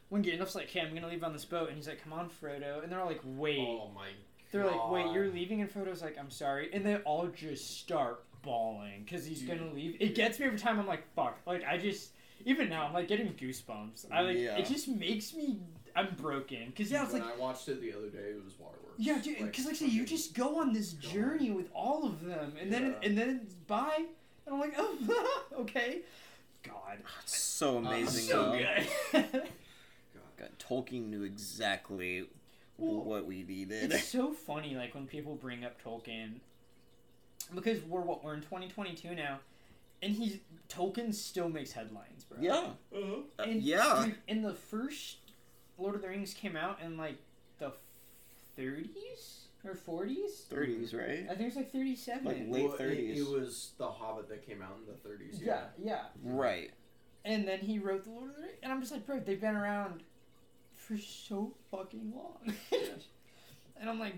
S5: when Gandalf's like, "Hey, I'm gonna leave on this boat," and he's like, "Come on, Frodo," and they're all like, "Wait,"
S4: Oh my.
S5: they're like, "Wait,
S4: God.
S5: you're leaving," and Frodo's like, "I'm sorry," and they all just start bawling because he's
S4: Dude.
S5: gonna leave. It gets me every time. I'm like, "Fuck!" Like I just even now I'm like getting goosebumps. I like
S1: Yeah.
S5: it just makes me I'm broken because yeah, it's
S4: when
S5: like
S4: I watched it the other day, it was waterworks.
S5: yeah, dude, because like I say, you
S4: fucking-
S5: just go on this
S4: God.
S5: journey with all of them, and then
S4: Yeah.
S5: and then it's bye, and I'm like, "Oh, okay." God,
S1: It's so amazing.
S5: so
S1: though.
S5: good.
S1: God, Tolkien knew exactly
S5: Well,
S1: what we needed.
S5: It's so funny, like when people bring up Tolkien, because we're what we're in 2022 now, and he Tolkien still makes headlines, bro.
S1: Yeah.
S3: Uh-huh.
S1: Uh,
S5: And,
S1: yeah.
S5: dude, and the first Lord of the Rings came out in like the 30s or 40s.
S1: 30s, right?
S5: I think it's like 37.
S1: Like
S4: Well,
S1: late
S4: it-
S1: 30s.
S4: It, was The Hobbit that came out in the 30s.
S5: yeah, yeah.
S1: Right.
S5: And then he wrote the Lord of the Rings, and I'm just like, bro, they've been around for so fucking long. and I'm like,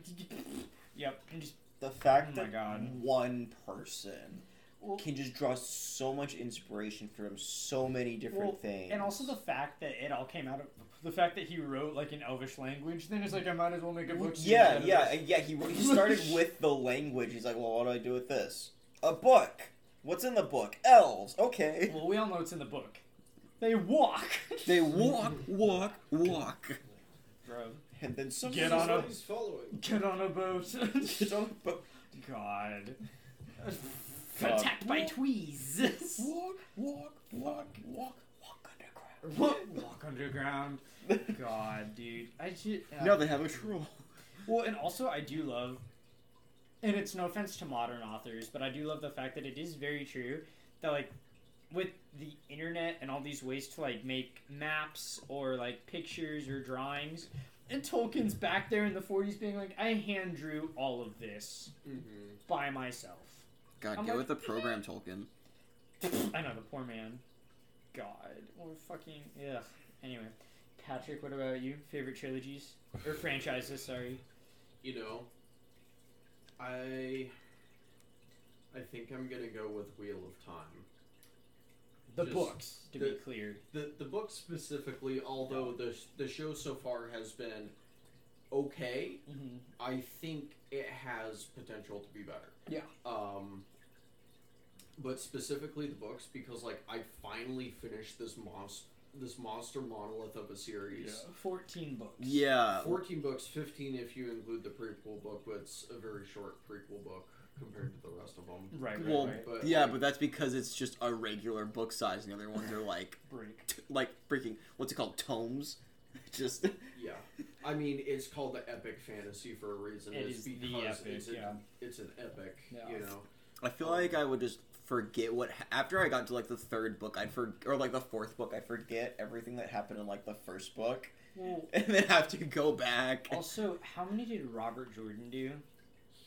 S5: yep, and just
S6: The
S5: Oh
S6: fact
S5: my
S6: that
S5: God.
S6: one person
S5: Well-
S6: can just draw so much inspiration from so many different
S5: Well,
S6: things.
S5: and also the fact that it all came out of the fact that he wrote like an Elvish language. Then it's like I might as well make a
S6: Well,
S5: book. series out
S6: yeah,
S5: of
S6: yeah,
S5: this.
S6: and yeah. He he started with the language. He's like, well, what do I do with this? A book. What's in the book? Elves. Okay.
S5: Well, we all know it's in the book. They walk,
S1: They walk, walk, walk.
S5: bro.
S6: And then some.
S5: Get on a-
S4: he's following.
S5: Get on a boat.
S6: Get on a boat.
S5: God.
S6: God.
S5: Attacked by tweezes.
S6: Walk, walk, walk, walk, walk underground.
S5: Walk, walk underground. God, dude. I just
S1: No, they have a troll.
S5: Well, and also I do love, and it's no offense to modern authors, but I do love the fact that it is very true that like with the internet and all these ways to like make maps or like pictures or drawings, and Tolkien's back there in the '40s being like, I hand drew all of this
S4: Mm-hmm.
S5: by myself.
S1: God,
S5: I'm
S1: get
S5: like-
S1: with the program, Tolkien.
S5: I know the poor man. God, or fucking yeah. Anyway, Patrick, what about you? Favorite trilogies or franchises? Sorry.
S4: You know, I. I think I'm gonna go with Wheel of Time.
S5: The
S4: Just
S5: books, to be
S4: the-
S5: clear.
S4: The the book specifically, although the the show so far has been okay,
S1: Mm-hmm.
S5: hmm
S4: I think it has potential to be better.
S5: Yeah.
S4: Um, but specifically the books because like I finally finished this monster this monster monolith of a series.
S5: 14 books.
S1: Yeah.
S4: Fourteen books, fifteen if you include the prequel book, but it's a very short prequel book compared to the rest of them.
S5: Right, right,
S1: Well,
S5: right.
S4: But
S1: Yeah,
S4: like,
S1: but that's because it's just a regular book size, and the other ones are like,
S5: Break.
S1: t- like freaking what's it called, tomes. Just
S4: yeah, I mean it's called the epic fantasy for a reason.
S5: It
S4: it's
S5: is the
S4: because
S5: epic,
S4: it's, an,
S5: yeah.
S4: it's an epic.
S5: Yeah.
S4: You know.
S1: I feel like I would just forget what ha- after I got to like the third book, I'd for or like the fourth book, I forget everything that happened in like the first book,
S5: Well,
S1: and then have to go back.
S5: also, how many did Robert Jordan do?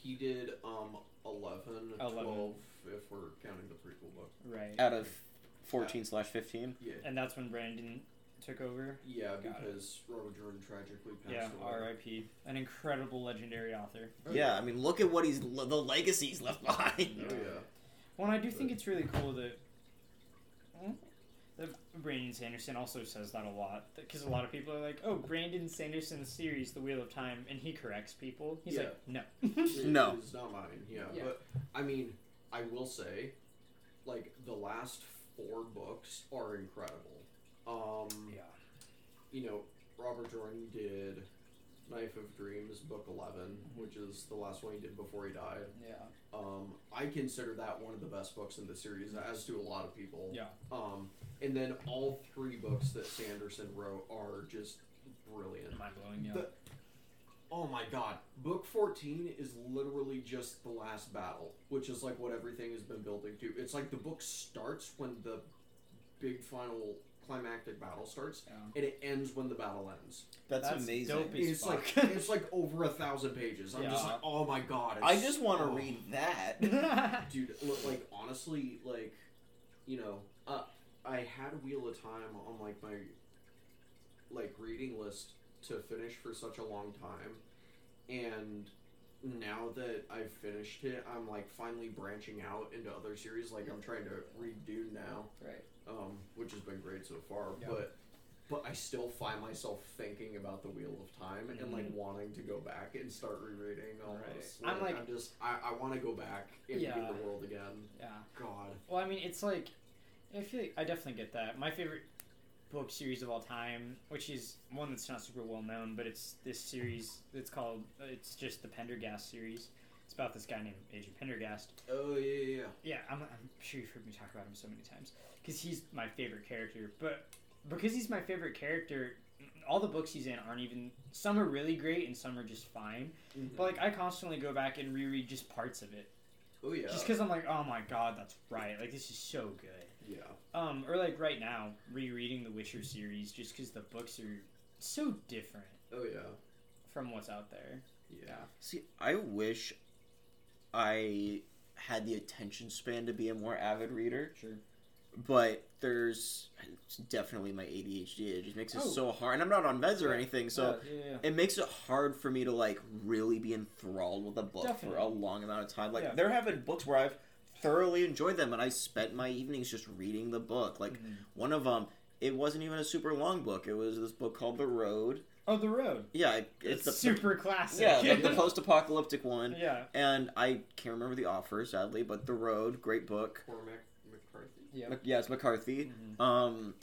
S4: He did um 11,
S5: 11.
S4: 12, if we're counting the prequel book.
S5: Right.
S1: Out of fourteen slash fifteen.
S4: Yeah.
S5: And that's when Brandon took over.
S4: Yeah,
S5: Got it.
S4: because Robert Jordan tragically passed
S5: Yeah,
S4: away.
S5: R.I.P. An incredible legendary authir.
S1: Yeah, I mean, look at what he's the legacy he's left
S4: Oh,
S1: behind.
S4: yeah.
S5: Well, and I do think it's really cool that, hmm? that Brandon Sanderson also says that a lot. Because a lot of people are like, oh, Brandon Sanderson's series, The Wheel of Time, and he corrects people. He's
S4: Yeah.
S5: like, no.
S4: It-
S1: No.
S4: It's not mine. Yeah.
S5: Yeah.
S4: But, I mean, I will say, like, the last four books are incredible. Um,
S5: yeah.
S4: you know, Robert Jordan did Knife of Dreams, book 11, which is the last one he did before he died.
S5: Yeah.
S4: Um, I consider that one of the best books in the series, as do a lot of people.
S5: Yeah.
S4: Um, and then all three books that Sanderson wrote are just brilliant.
S5: Mind blowing, yeah.
S4: The- Oh my god. Book 14 is literally just the last battle, which is like what everything has been building to. It's like the book starts when the big final climactic battle starts,
S5: Yeah.
S4: and it ends when the battle ends.
S6: That's,
S5: That's
S6: amazing.
S5: dope as
S4: It's like
S5: fuck.
S4: it's like over a thousand pages. I'm just
S5: Yeah.
S4: like, oh my god.
S6: I
S4: it's-
S6: just want to
S4: oh.
S6: read that.
S4: dude l- like honestly like you know uh, i had wheel of time on like my like reading list to finish for such a long time and now that i've finished it i'm like finally branching out into other series like i'm trying to read dune now
S5: Right.
S4: um, which has been great so far
S5: Yeah.
S4: but but i still find myself thinking about the wheel of time and like wanting to go back and start rereading all
S5: Mm-hmm. Right.
S4: this
S5: I'm like-
S4: i'm just i, I want to go back and read
S5: Yeah.
S4: the world again
S5: yeah.
S4: God.
S5: Well, I mean, it's like I feel like I definitely get that. My favorite book series of all time, which is one that's not super well known, but it's this series. It's called. It's just the Pendergast series. It's about this guy named Agent Pendergast.
S4: Oh yeah, yeah, yeah.
S5: Yeah, I'm, I'm sure you've heard me talk about him so many times because he's my favorite character. But because he's my favorite character, all the books he's in aren't even. Some are Mm-hmm. really great and some are just fine. But like I constantly go back and reread just parts of it.
S4: Oh yeah.
S5: Just because I'm like, oh my god, that's right. Like this is so good.
S4: yeah.
S5: Um, or like right now, rereading the Wisher series just because the books are so different
S4: Oh yeah.
S5: from what's out there.
S4: Yeah.
S1: See, I wish I had the attention span to be a more avid reader,
S5: Sure.
S1: but there's it's definitely my ADHD. It just makes it
S5: Oh.
S1: so hard. And I'm not on meds or anything, so
S5: yeah, yeah, yeah.
S1: it makes it hard for me to like really be enthralled with a book for
S5: Definitely.
S1: a long amount of time. Like
S5: Yeah.
S1: there have been books where I've thoroughly enjoyed them and I spent my evenings just reading the book. Like
S5: Mhm.
S1: one of them, it wasn't even a super long book. It was this book called The Road.
S5: Oh, the road.
S1: Yeah, it-
S5: It's,
S1: it's, the
S5: super classic.
S1: yeah, like the
S5: yeah.
S1: post-apocalyptic one.
S5: yeah.
S1: And I can't remember the author sadly, but The Road, great book.
S4: Cormac McCarthy.
S1: Mc- Yeah, it's McCarthy.
S5: Mhm.
S1: Um,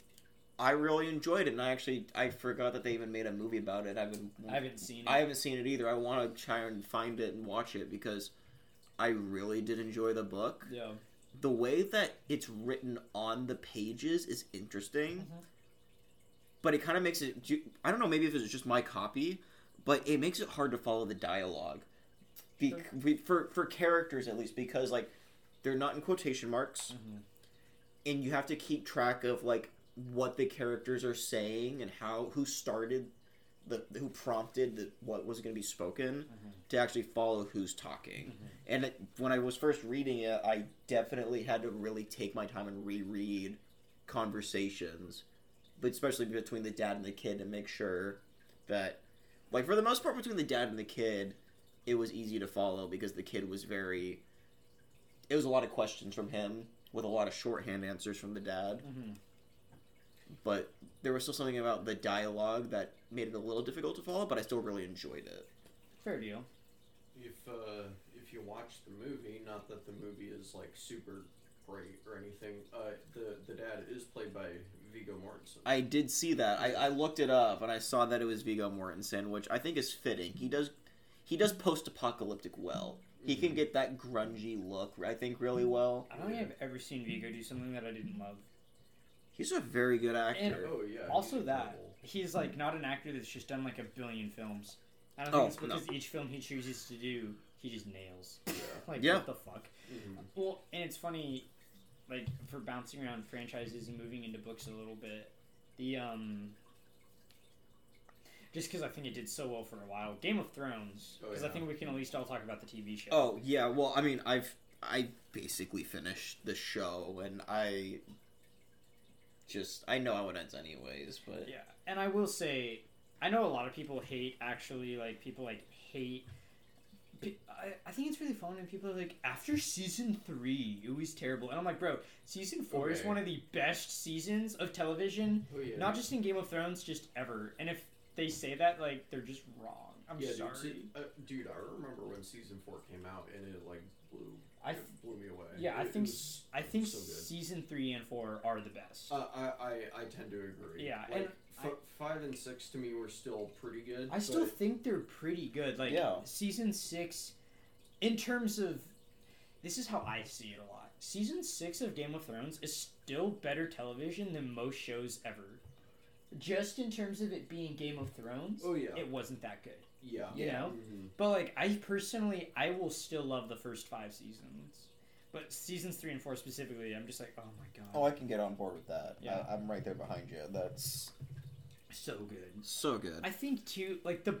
S1: I really enjoyed it, and I actually I forgot that they even made a movie about it. I've been
S5: I haven't seen it.
S1: I haven't seen it either. I want to try and find it and watch it because I really did enjoy the book.
S5: yeah.
S1: The way that it's written on the pages is interesting,
S5: Mhm.
S1: but it kind of makes it. ju- I don't know, maybe if it's just my copy, but it makes it hard to follow the dialogue. Be-
S5: Sure.
S1: we- for for characters at least because like they're not in quotation marks
S5: Mhm.
S1: and you have to keep track of like what the characters are saying and how who started the who prompted the, what was going to be spoken to actually follow who's talking and it, when i was first reading it i definitely had to really take my time and reread conversations but especially between the dad and the kid to make sure that like for the most part between the dad and the kid it was easy to follow because the kid was very it was a lot of questions from him with a lot of shorthand answers from the dad
S5: Mhm.
S1: but there was still something about the dialogue that made it a little difficult to follow but i still really enjoyed it
S5: Fair deal.
S4: If uh, if you watch the movie, not that the movie is like super great or anything, uh, the the dad is played by Vigo Mortensen.
S1: i did see that I, I looked it up and i saw that it was vigo mortensen which i think is fitting he does he does post-apocalyptic well he
S5: Mm-hmm.
S1: can get that grungy look i think really well
S5: I don't think I've ever seen Vigo do something that I didn't love.
S1: he's a very good actor
S5: And-
S4: oh yeah. he's
S5: Also that.
S4: incredible.
S5: He's like not an actor that's just done like a billion films. I don't
S1: Oh,
S5: think it's
S1: no.
S5: because each film he chooses to do, he just nails. Like
S1: Yeah.
S5: what the fuck?
S4: Yeah. Mhm.
S5: Well, and it's funny, like for bouncing around franchises and moving into books a little bit. The um, just because I think it did so well for a while, Game of Thrones.
S4: Oh,
S5: Because I
S4: yeah.
S5: think we can at least all talk about the TV show.
S1: Oh yeah, well I mean I've I basically finished the show and I just I know how it ends anyways, but
S5: Yeah, and I will say, I know a lot of people hate actually, like people like hate. pe- I, I think it's really fun when people are like, after season three, it was terrible, and I'm like, bro, season four is
S4: Okay.
S5: one of the best seasons of television,
S4: Oh yeah.
S5: not just in Game of Thrones, just ever. And if they say that, like, they're just wrong. I'm
S4: yeah,
S5: sorry.
S4: Dude, see- uh, dude, I remember when season four came out and it like blew.
S5: I
S4: it
S5: th-
S4: blew me away.
S5: yeah, I
S4: It- it
S5: think
S4: was
S5: s- I think
S4: so good.
S5: season three and four are the best.
S4: Uh, I, I I tend to agree.
S5: Yeah,
S4: like,
S5: and
S4: f- five and six to me were still pretty good.
S5: I still
S4: but-
S5: think they're pretty good. Like
S1: Yeah.
S5: season six, in terms of, this is how I see it a lot. Season six of Game of Thrones is still better television than most shows ever. Just in terms of it being Game of Thrones,
S4: Oh yeah,
S5: it wasn't that good.
S4: yeah,
S5: You know,
S4: Mhm.
S5: but like I personally, I will still love the first five seasons. But seasons three and four specifically, I'm just like, oh my god,
S6: Oh, I can get on board with that.
S5: Yeah.
S6: I, I'm right there behind you. That's
S5: so good.
S1: so good.
S5: I think too, like the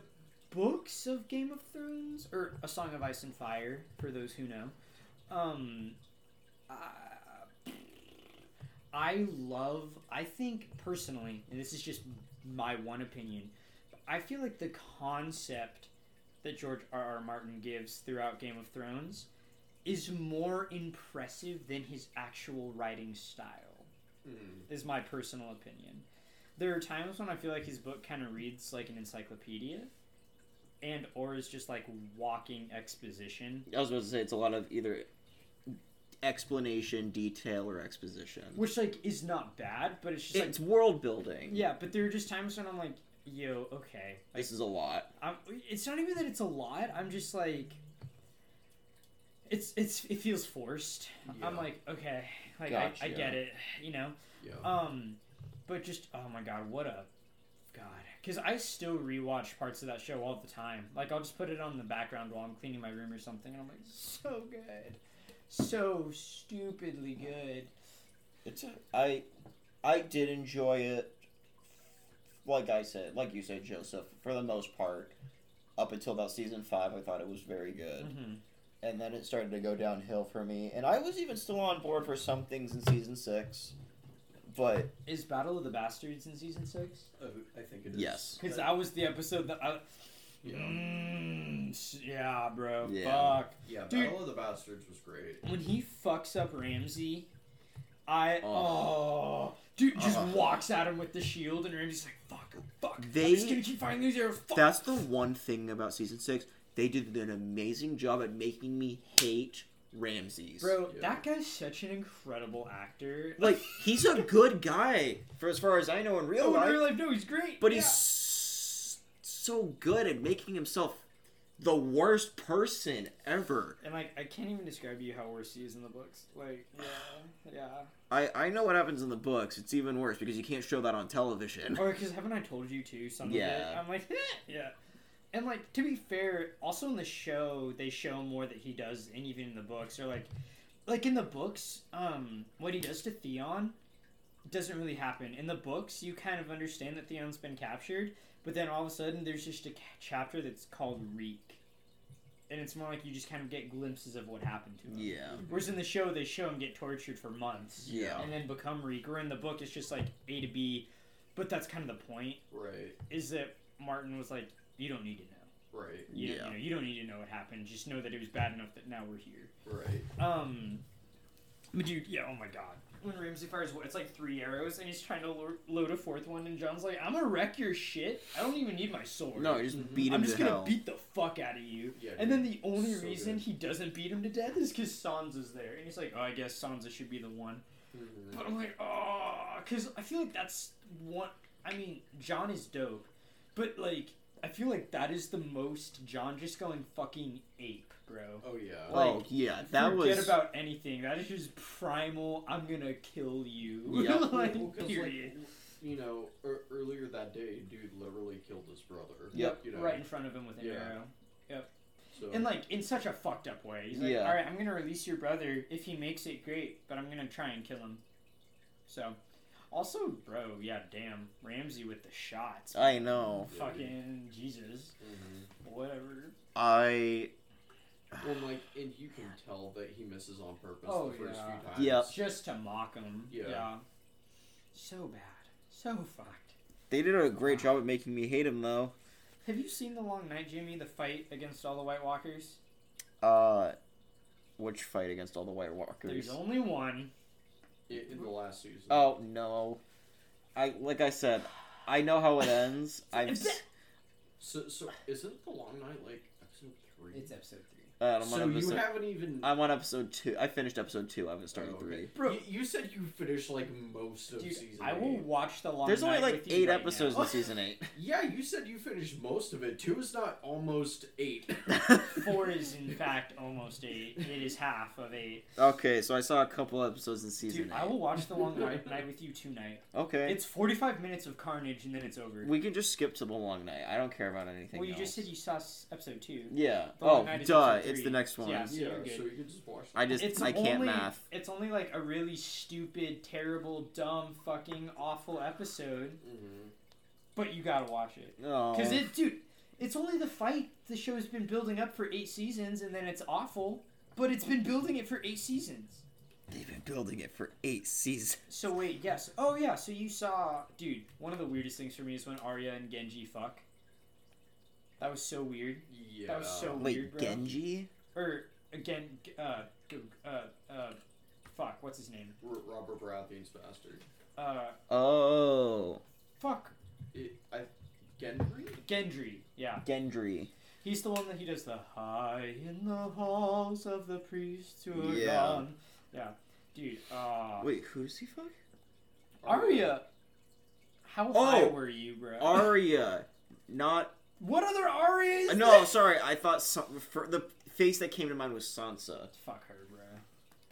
S5: books of Game of Thrones or A Song of Ice and Fire, for those who know. Um, I, I love. I think personally, and this is just my one opinion. but I feel like the concept that George R. R. Martin gives throughout Game of Thrones is more impressive than his actual writing style
S4: Mhm.
S5: is my personal opinion. There are times when I feel like his book kind of reads like an encyclopedia, and or is just like walking exposition,
S1: I was about to say it's a lot of either explanation, detail, or exposition.
S5: which like is not bad, but it's just
S1: it's world building.
S5: like yeah. But there are just times when I'm like, yo, okay, like
S1: This is a lot.
S5: I'm, it's not even that it's a lot. I'm just like, it's it's it feels forced.
S4: Yeah.
S5: I'm like, okay, like I, I
S6: Gotcha.
S5: get it, you know.
S4: yeah.
S5: Um, but just oh my god, what a god! Because I still rewatch parts of that show all the time. Like I'll just put it on the background while I'm cleaning my room or something, and I'm like, so good. so stupidly good.
S6: It's a, I I did enjoy it. Like I said, like you said, Joseph, for the most part, up until about season five, I thought it was very good,
S5: Mhm.
S6: and then it started to go downhill for me. And I was even still on board for some things in season six, but
S5: Is Battle of the Bastards in season six?
S4: Uh, I think it is.
S1: Yes.
S5: Because that was the episode that I.
S4: Yeah.
S5: Mm, s- yeah, bro.
S1: Yeah.
S5: Fuck.
S4: Yeah,
S5: Mm. Dude.
S4: Battle of the Bastards was great.
S5: When he fucks up Ramsey, I.
S1: Oh.
S5: Oh. Dude just
S1: Oh.
S5: walks at him with the shield, and Ramsey's like, fuck, fuck.
S1: They-
S5: I'm just gonna keep fighting these arrows. Fuck.
S1: That's the one thing about season six. They did an amazing job at making me hate Ramses.
S5: Bro,
S4: Yeah.
S5: that guy's such an incredible actor.
S1: Like, he's a good guy,
S6: for as far as I know in real
S5: oh, in
S6: life,
S5: real life, no, he's great.
S1: but he's s- so good at making himself the worst person ever.
S5: And like, I can't even describe to you how worse he is in the books. Like, yeah, yeah.
S1: I, I know what happens in the books. It's even worse because you can't show that on television.
S5: Or because haven't I told you too? Some of it.
S1: Yeah.
S5: I'm like, yeah. And like, to be fair, also in the show they show more that he does, and even in the books, or like, like in the books, um, what he does to Theon doesn't really happen. In the books, you kind of understand that Theon's been captured, but then all of a sudden there's just a ca- chapter that's called Reek, and it's more like you just kind of get glimpses of what happened to him.
S1: Yeah.
S5: Whereas in the show, they show him get tortured for months.
S1: Yeah.
S5: And then become Reek. Or in the book, it's just like A to B. But that's kind of the point
S4: Right,
S5: is that Martin was like, you don't need to know.
S4: right,
S5: You,
S1: Yeah.
S5: you, know, you don't need to know what happened. Just know that it was bad enough that now we're here.
S4: right.
S5: Um, but dude, yeah, oh my god. When Ramsey fires, what, it's like three arrows, and he's trying to lo- load a fourth one, and John's like, I'm gonna wreck your shit. I don't even need my sword.
S1: No, you just beat him
S5: Mm-hmm. I'm just
S1: to
S5: gonna
S1: hell.
S5: beat the fuck out of you.
S4: Yeah,
S5: And then the only
S4: so
S5: reason
S4: good.
S5: he doesn't beat him to death is because Sansa's there, and he's like, "Oh, I guess Sansa should be the one."
S4: Mhm.
S5: But I'm like, "Oh," because I feel like that's one. I mean, John is dope, but like, I feel like that is the most John just going fucking ape, bro.
S4: Oh yeah.
S1: oh yeah, that
S5: Forget
S1: was
S5: about anything. That is just primal. I'm gonna kill you.
S1: Yeah.
S5: like,
S4: Well, 'cause, like,
S5: period.
S4: you know, er- earlier that day, dude literally killed his brother.
S1: Yep,
S4: You know,
S5: right in front of him with an
S4: Yeah.
S5: arrow.
S4: So,
S5: And like in such a fucked up way. He's like,
S1: Yeah.
S5: all right, I'm gonna release your brother if he makes it great, but I'm gonna try and kill him. So, also, bro, yeah, damn, Ramsey with the shots.
S1: I know.
S5: Fucking Jesus,
S4: Mhm.
S5: whatever.
S1: I
S4: Well, like, and you can tell that he misses on purpose
S5: Oh,
S4: the first
S5: yeah.
S4: few times.
S1: Yep.
S5: Just to mock him.
S4: Yeah.
S5: So bad. So fucked.
S1: they did a great job at making me hate him though.
S5: Have you seen the Long Night, Jimmy? The fight against all the White Walkers.
S1: Uh, which fight against all the White Walkers?
S5: There's only one.
S4: I- In the last season.
S1: Oh no, I like I said, I know how it ends. I'm s-
S4: So, so isn't the long night like episode three?
S2: It's episode three.
S1: uh, I'm on
S4: so you
S1: episode.
S4: haven't even.
S1: I'm on episode two. I finished episode two. I haven't started
S4: Oh, okay.
S1: three.
S5: Bro.
S4: You, you said you finished like most of
S5: Dude,
S4: season.
S5: I will
S4: eight.
S5: watch the Long
S1: There's
S5: Night.
S1: only like
S5: with you
S1: eight
S5: right
S1: episodes
S5: now.
S1: in season eight.
S4: Yeah, you said you finished most of it. Two is not almost eight.
S5: Four is in fact almost eight. It is half of eight.
S1: okay, so I saw a couple episodes in season
S5: Dude,
S1: eight.
S5: I will watch The Long Night, Night with You tonight.
S1: Okay,
S5: It's 45 minutes of carnage and then it's over.
S1: we can just skip to the long night. I don't care about anything.
S5: well, you
S1: else.
S5: just said you saw s- episode two.
S1: Yeah.
S5: The Long
S1: Oh,
S5: Night is
S1: duh.
S5: episode
S1: It's the
S5: three.
S1: next one.
S5: Yeah.
S4: yeah,
S5: you're good.
S4: so you can just watch.
S1: I just
S5: It's
S1: I can't
S5: only,
S1: math.
S5: It's only like a really stupid, terrible, dumb, fucking awful episode,
S4: Mhm.
S5: but you gotta watch it
S1: Oh.
S5: because it, dude, it's only the fight the show has been building up for eight seasons, and then it's awful, but it's been building it for eight seasons.
S1: They've been building it for eight seasons.
S5: So wait, yes. Oh yeah. So you saw, dude. One of the weirdest things for me is when Arya and Genji fuck. That was so weird.
S4: Yeah.
S5: That was so weird,
S1: Wait,
S5: bro.
S1: Genji?
S5: Or again, uh, g- uh, uh, fuck. What's his name?
S4: R- Robert Baratheon's bastard.
S5: Uh,
S1: Oh,
S5: fuck.
S4: It, I, Gendry.
S5: Gendry. Yeah.
S1: Gendry.
S5: He's the one that he does the high in the halls of the priests who are
S1: Yeah.
S5: gone. Yeah. Dude. Uh,
S1: Wait, who does he fuck?
S5: Arya. How
S1: Oh!
S5: high were you, bro?
S1: Arya. Not.
S5: what other Arya? Is
S1: No,
S5: there?
S1: sorry. I thought San- for the face that came to mind was Sansa.
S5: Fuck her, bro.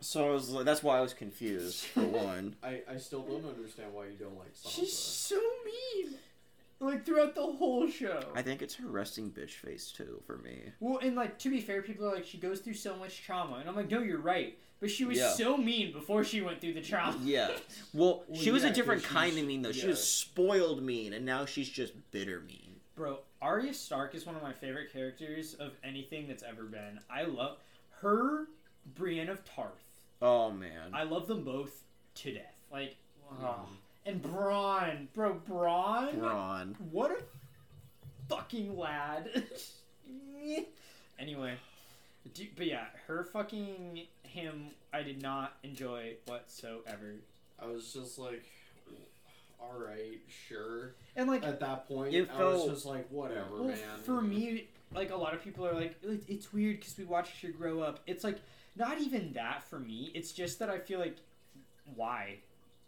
S1: So I was like, that's why I was confused for one.
S4: I, I still don't understand why you don't like Sansa.
S5: She's so mean. Like throughout the whole show.
S1: I think it's her resting bitch face too for me.
S5: Well, and like to be fair, people are like she goes through so much trauma, and I'm like, no, you're right. But she was
S1: Yeah.
S5: so mean before she went through the trauma.
S1: Yeah. Well,
S2: Well,
S1: she was
S2: yeah,
S1: a different
S2: 'cause
S1: kind
S2: she's-
S1: of mean though. She
S2: yeah.
S1: was spoiled mean, and now she's just bitter mean.
S5: Bro, Arya Stark is one of my favorite characters of anything that's ever been. I love her, Brienne of Tarth.
S1: Oh man.
S5: I love them both to death. Like, ah.
S1: Mm-hmm.
S5: and Braun, bro, Braun,
S1: Braun.
S5: what a fucking lad. anyway, do, but yeah, her fucking him, I did not enjoy whatsoever.
S4: I was just like, all right, sure.
S5: And like,
S4: At that point,
S1: It
S4: I was
S1: felt-
S4: just like, whatever,
S5: well,
S4: man.
S5: for me, like a lot of people are like, "It- it's weird because we watched her grow up. It's like not even that for me. It's just that I feel like, why,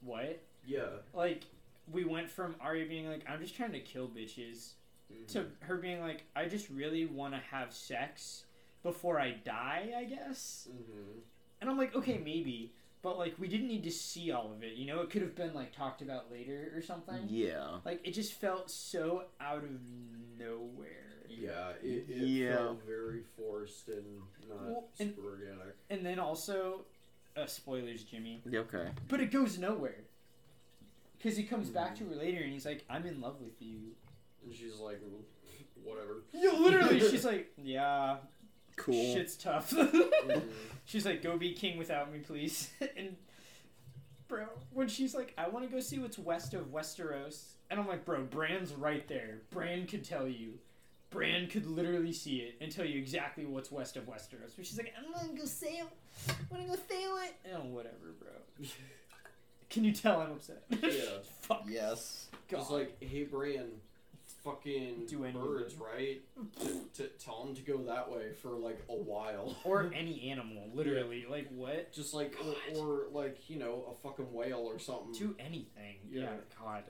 S5: what?
S4: yeah.
S5: Like we went from Arya being like, I'm just trying to kill bitches,
S4: Mhm.
S5: to her being like, I just really want to have sex before I die, I guess.
S4: Mhm.
S5: And I'm like, okay, maybe. But like we didn't need to see all of it, you know. It could have been like talked about later or something.
S1: Yeah.
S5: Like it just felt so out of nowhere.
S4: Yeah, it, it
S1: Yeah.
S4: felt very forced and not
S5: Well, and-
S4: super organic.
S5: And then also, uh, spoilers, Jimmy.
S1: Yeah, Okay.
S5: But it goes nowhere. Because he comes back to her later and he's like, I'm in love with you.
S4: And she's like, "Mm, whatever.
S5: No, literally, she's like, Yeah,
S1: Cool.
S5: shit's tough.
S4: Mhm.
S5: she's like, Go be king without me, please. and, bro, when she's like, I want to go see what's west of Westeros. And I'm like, Bro, Bran's right there. Bran could tell you. Bran could literally see it and tell you exactly what's west of Westeros. But she's like, I'm gonna go sail. I'm gonna go sail it. Oh, whatever, bro. Can you tell I'm upset?
S4: Yeah.
S5: Fuck.
S6: Yes.
S5: God.
S4: Just like, hey, Bran, fucking
S5: Do any of
S4: birds,
S5: it.
S4: right? to, to tell him to go that way for like a while.
S5: or any animal, literally. Like what?
S4: Just like, or, or like, you know, a fucking whale or something.
S5: Do anything. Yeah.
S4: Yeah.
S5: God.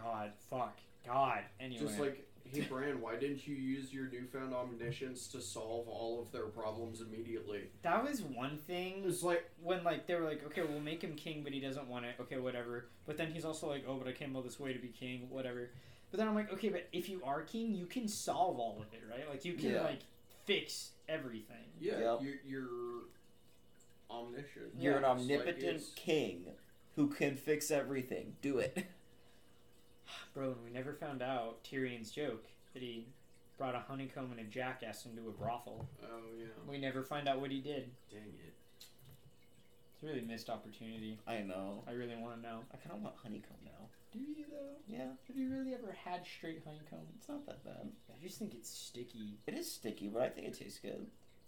S5: God. Fuck. God. Anyway.
S4: Just like, hey, Bran, why didn't you use your newfound omniscience to solve all of their problems immediately?
S5: that was one thing
S4: It's like,
S5: when like they were like, okay, we'll make him king, but he doesn't want it. Okay, whatever. But then he's also like, oh, but I came all this way to be king. Whatever. But then I'm like, okay, but if you are king, you can solve all of it, right? Like you can
S6: Yeah.
S5: like fix everything.
S4: yeah,
S6: Yep.
S4: you're, you're omniscient.
S6: You're an
S4: It's like,
S6: omnipotent
S4: it's-
S6: king who can fix everything. Do it.
S5: Bro, and we never found out Tyrion's joke that he brought a honeycomb and a jackass into a brothel.
S4: Oh, yeah.
S5: We never find out what he did.
S4: Dang it.
S5: It's a really missed opportunity.
S6: I know.
S5: I really want to know.
S6: I kind of want honeycomb now.
S5: Do you though?
S6: Yeah,
S5: Have you really ever had straight honeycomb?
S6: it's not that bad.
S5: I just think it's sticky,
S6: It is sticky, but I think it tastes good.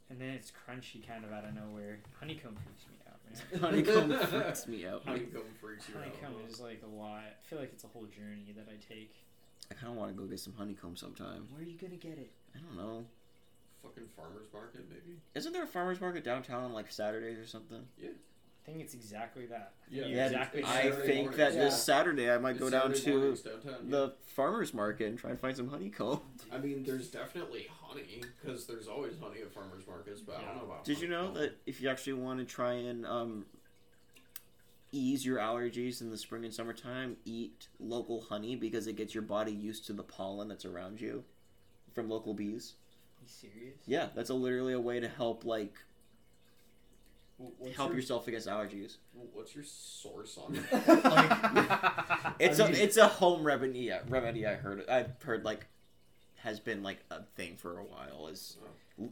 S5: and then it's crunchy kind of out of nowhere. Honeycomb freaks me out, man.
S1: Honeycomb freaks me out. I
S4: Honeycomb freaks you
S5: honeycomb
S4: out.
S5: is like a lot. I feel like it's a whole journey that I take.
S1: kind of want to go get some honeycomb sometime.
S5: Where are you gonna get it?
S1: I don't know.
S4: Fucking farmer's market, maybe?
S1: Isn't there a farmer's market downtown on like Saturdays or something?
S5: I think it's exactly that. I think
S4: Yeah.
S5: you
S4: Yeah,
S5: exactly.
S4: it's
S1: I
S5: said
S4: Saturday
S5: it.
S1: think
S4: morning.
S1: that
S6: Yeah.
S1: this Saturday I might
S4: It's
S1: go down
S4: Saturday
S1: to
S4: mornings downtown, yeah.
S1: the farmer's market and try and find some honeycomb.
S4: I mean, there's definitely honey because there's always honey at farmers markets, but I don't know about.
S1: Did you know that if you actually want to try and um, ease your allergies in the spring and summertime, eat local honey because it gets your body used to the pollen that's around you from local bees?
S5: You serious?
S1: Yeah, that's a, literally a way to help like
S4: Wh- What's
S1: help
S4: your,
S1: yourself against allergies.
S4: wh- What's your source on that?
S1: It's a
S4: mean-
S1: it's a home remedy. yeah, Remedy I heard I've heard like has been like a thing for a while is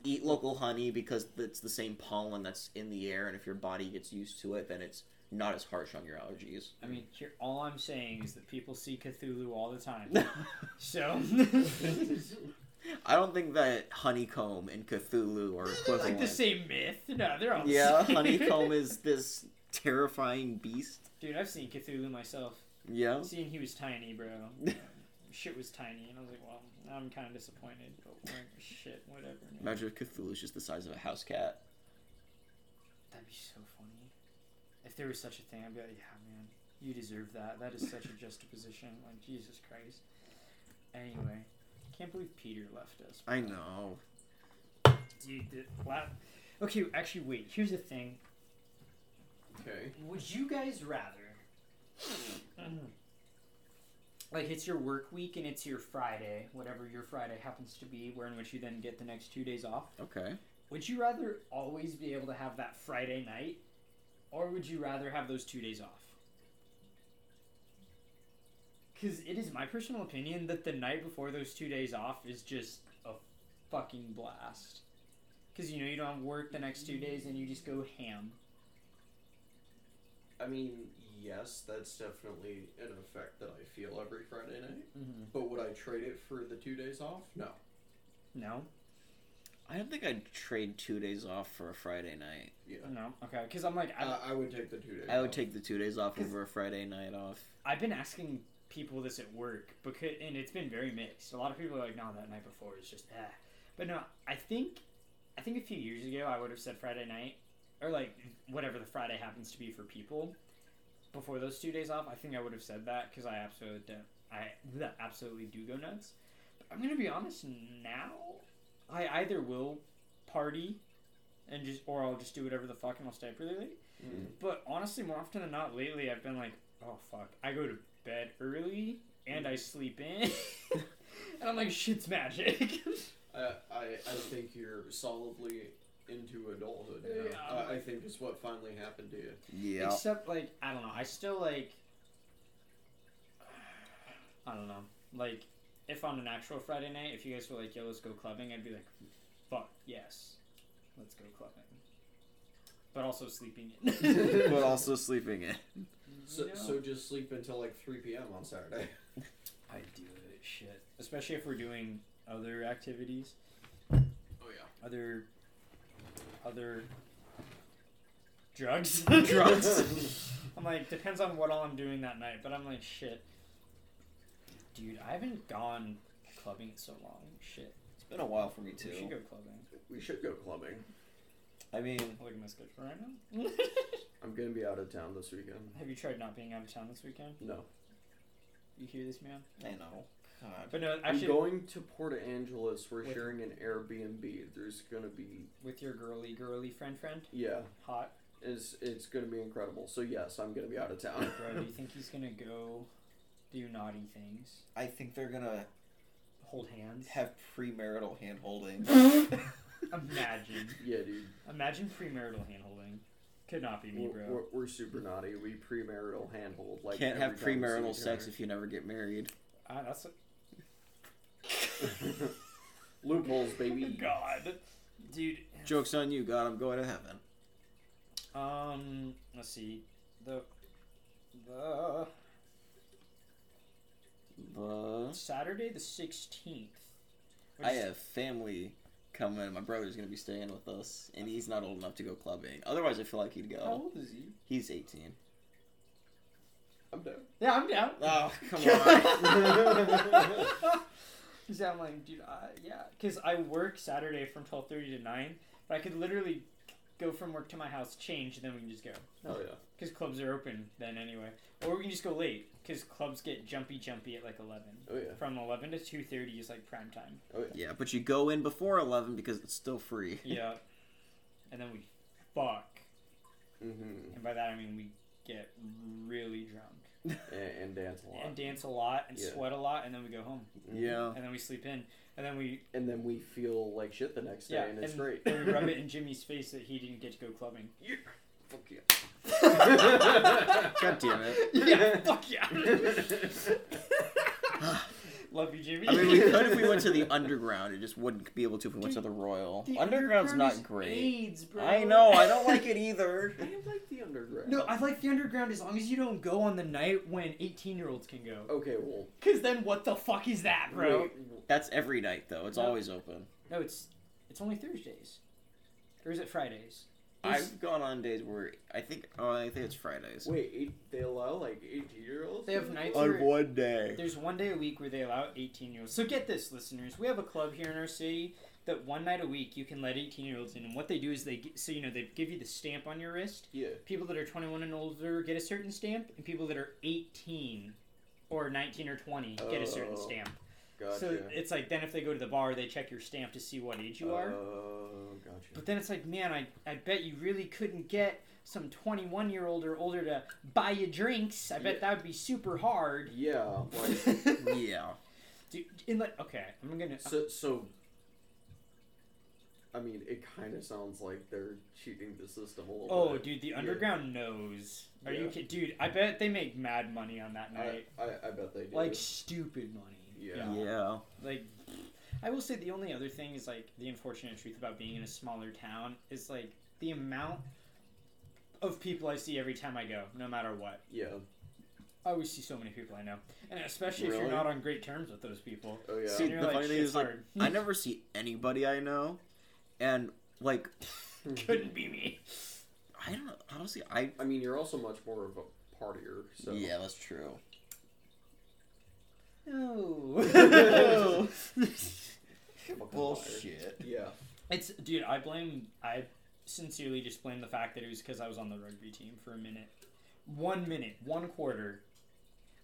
S1: eat local honey because it's the same pollen that's in the air, and if your body gets used to it, then it's not as harsh on your allergies.
S5: I mean, here, all I'm saying is that people see Cthulhu all the time.
S1: I
S5: So,
S1: don't think that honeycomb and Cthulhu are
S5: they're
S1: equivalent.
S5: like the same myth. No, they're all. the
S1: yeah,
S5: same.
S1: honeycomb is this terrifying beast.
S5: Dude, I've seen Cthulhu myself.
S1: Yeah.
S5: Seeing he was tiny, bro. Shit was tiny, and I was like, well, I'm kind of disappointed, but like, shit, whatever. man.
S1: Imagine if Cthulhu's just the size of a house cat.
S5: That'd be so funny. If there was such a thing, I'd be like, yeah, man, you deserve that. That is such a juxtaposition. Like, Jesus Christ. Anyway, can't believe Peter left us.
S1: I know.
S5: Dude, the, wow. Okay, actually, wait. Here's the thing.
S4: okay.
S5: Would you guys rather like it's your work week and it's your Friday, whatever your Friday happens to be, where in which you then get the next two days off.
S1: Okay.
S5: Would you rather always be able to have that Friday night, or would you rather have those two days off? Because it is my personal opinion that the night before those two days off is just a fucking blast. Because you know you don't have work the next two days and you just go ham.
S4: I mean, yes, that's definitely an effect that I feel every Friday night.
S5: Mm-hmm.
S4: But would I trade it for the two days off? No.
S5: No?
S1: I don't think I'd trade two days off for a Friday night.
S4: Yeah.
S5: No? Okay. Because I'm like, I've,
S4: Uh, I would take the two days.
S1: I would
S4: off.
S1: take the two days off
S5: 'Cause-
S1: over a Friday night off.
S5: I've been asking people this at work because, and it's been very mixed. A lot of people are like, "No, that night before is just ah," but no, I think, I think a few years ago I would have said Friday night or like whatever the Friday happens to be for people. Before those two days off, I think I would have said that because I absolutely do, I bleh, absolutely do go nuts. But I'm gonna be honest now. I either will party and just or I'll just do whatever the fuck and I'll stay up really late.
S4: Mhm.
S5: But honestly, more often than not lately, I've been like, oh fuck, I go to bed early and I sleep in, and I'm like, shit's magic.
S4: I, I, I think you're solidly into adulthood now.
S5: Yeah.
S4: I, I think is what finally happened to you.
S1: Yeah.
S5: Except like I don't know. I still like I don't know. Like if on an actual Friday night, if you guys were like, "Yo, let's go clubbing," I'd be like, "Fuck yes, let's go clubbing." But also sleeping in.
S1: but also sleeping in.
S4: So,
S5: No.
S4: so just sleep until like 3 p.m. on Saturday.
S5: I do it. Shit. Especially if we're doing other activities,
S4: Oh yeah.
S5: other other drugs.
S1: Drugs.
S5: I'm like, depends on what all I'm doing that night, but I'm like, shit. Dude, I haven't gone clubbing in so long. Shit.
S6: It's been a while for me
S5: We should
S6: too.
S5: go clubbing.
S4: We should go clubbing.
S6: I mean,
S5: Look at my schedule right now.
S4: I'm gonna be out of town this weekend.
S5: Have you tried not being out of town this weekend?
S4: No,
S5: You hear this, man?
S6: I know. God.
S5: But no,
S4: I'm
S5: actually,
S4: going to Port Angeles. We're
S5: With-
S4: sharing an Airbnb. There's gonna be
S5: with your girly, girly friend friend.
S4: yeah,
S5: Hot.
S4: it's it's gonna be incredible. So yes, I'm gonna be out of town.
S5: Bro, do you think he's gonna go do naughty things?
S6: I think they're gonna
S5: Hold hands?
S6: have premarital hand holding.
S5: Imagine.
S4: yeah, dude.
S5: Imagine premarital hand holding. Could not be me,
S4: We're,
S5: bro.
S4: we're, we're super naughty. We premarital handhold. Like
S1: Can't have
S4: every time we see
S1: premarital
S4: each
S1: sex if you never get married.
S5: Ah, that's
S4: other. Loopholes, baby.
S5: God. Dude.
S1: Joke's on you, God. I'm going to heaven.
S5: Um, let's see. The the
S1: But
S5: Saturday the sixteenth.
S1: I have family coming. My brother's going to be staying with us, and he's not old enough to go clubbing. Otherwise, I feel like he'd
S5: How
S4: Oh.
S1: go.
S5: old is he?
S1: He's 18.
S4: I'm down.
S5: Yeah, I'm down.
S1: Oh, come on.
S5: Cause I'm like, dude, uh, yeah. Cause I work Saturday from twelve thirty to nine, but I could literally go from work to my house, change, and then we can just go.
S4: Oh yeah.
S5: Cause clubs are open then anyway, or we can just go late. Cause clubs get jumpy, jumpy at like eleven.
S4: Oh yeah.
S5: From eleven to two thirty is like prime time.
S4: Oh yeah.
S1: yeah, but you go in before 11 because it's still free.
S5: Yeah. And then we fuck.
S4: Mm-hmm.
S5: And by that I mean we get really drunk.
S4: And, and dance a lot.
S5: And dance a lot and
S4: Yeah.
S5: sweat a lot and then we go home.
S1: Yeah.
S5: And then we sleep in. And then we
S4: And then we feel like shit the next day,
S5: yeah,
S4: and it's great.
S5: then we rub it in Jimmy's face that he didn't get to go clubbing.
S4: Fuck yeah.
S1: God damn it.
S5: yeah, fuck yeah. Love you, Jimmy.
S1: I mean, we could if we went to the underground. It just wouldn't be able to if we went to the Royal.
S5: The
S1: Underground's
S5: underground
S1: not
S5: is
S1: great.
S5: AIDS, bro.
S1: I know. I don't like it either.
S4: I like the underground.
S5: No, I like the underground as long as you don't go on the night when 18 year olds can go.
S4: Okay, well,
S5: Because then what the fuck is that, bro?
S4: wait,
S1: That's every night though. It's
S5: No.
S1: always open.
S5: No, it's it's only Thursdays, or is it Fridays? There's-
S1: I've gone on days where I think oh I think it's Fridays.
S4: wait, eight, they allow like eighteen-year-olds.
S5: They have nights where
S1: On one day.
S5: there's one day a week where they allow 18 year olds. So get this, listeners, we have a club here in our city that one night a week you can let 18 year olds in, and what they do is they gi- so you know they give you the stamp on your wrist.
S4: Yeah.
S5: People that are 21 and older get a certain stamp, and people that are 18 or 19 or 20 get a certain
S4: Oh,
S5: stamp.
S4: Gotcha.
S5: So it's like then if they go to the bar, they check your stamp to see what age you are.
S4: Oh, gotcha.
S5: But then it's like, man, I, I bet you really couldn't get some 21 year old or older to buy you drinks. I bet that would be super hard.
S4: Yeah, like
S1: yeah.
S5: Dude, in like, okay, I'm gonna.
S4: so. so I mean, it kind of sounds like they're cheating the system a little
S5: oh,
S4: bit.
S5: dude, the
S4: yeah.
S5: underground knows. Are you
S4: Yeah.
S5: kidding? Dude, I bet they make mad money on that night.
S4: I, I, I bet they do.
S5: like stupid money.
S4: Yeah.
S1: Yeah.
S5: Like, I will say the only other thing is like the unfortunate truth about being in a smaller town is like the amount of people I see every time I go, no matter what.
S4: yeah.
S5: I always see so many people I know, and especially if
S4: Really?
S5: you're not on great terms with those people.
S4: Oh yeah.
S1: See,
S5: And you're
S1: the
S5: like,
S1: funny thing
S5: "Shit's
S1: is, like,
S5: hard."
S1: I never see anybody I know, and like
S5: couldn't be me.
S1: I don't honestly I
S4: I mean, you're also much more of a partier. So
S1: yeah that's true.
S5: No.
S4: Fucking liar.
S1: Bullshit.
S4: Yeah.
S5: it's dude. I blame. I sincerely just blame the fact that it was because I was on the rugby team for a minute, one minute, one quarter.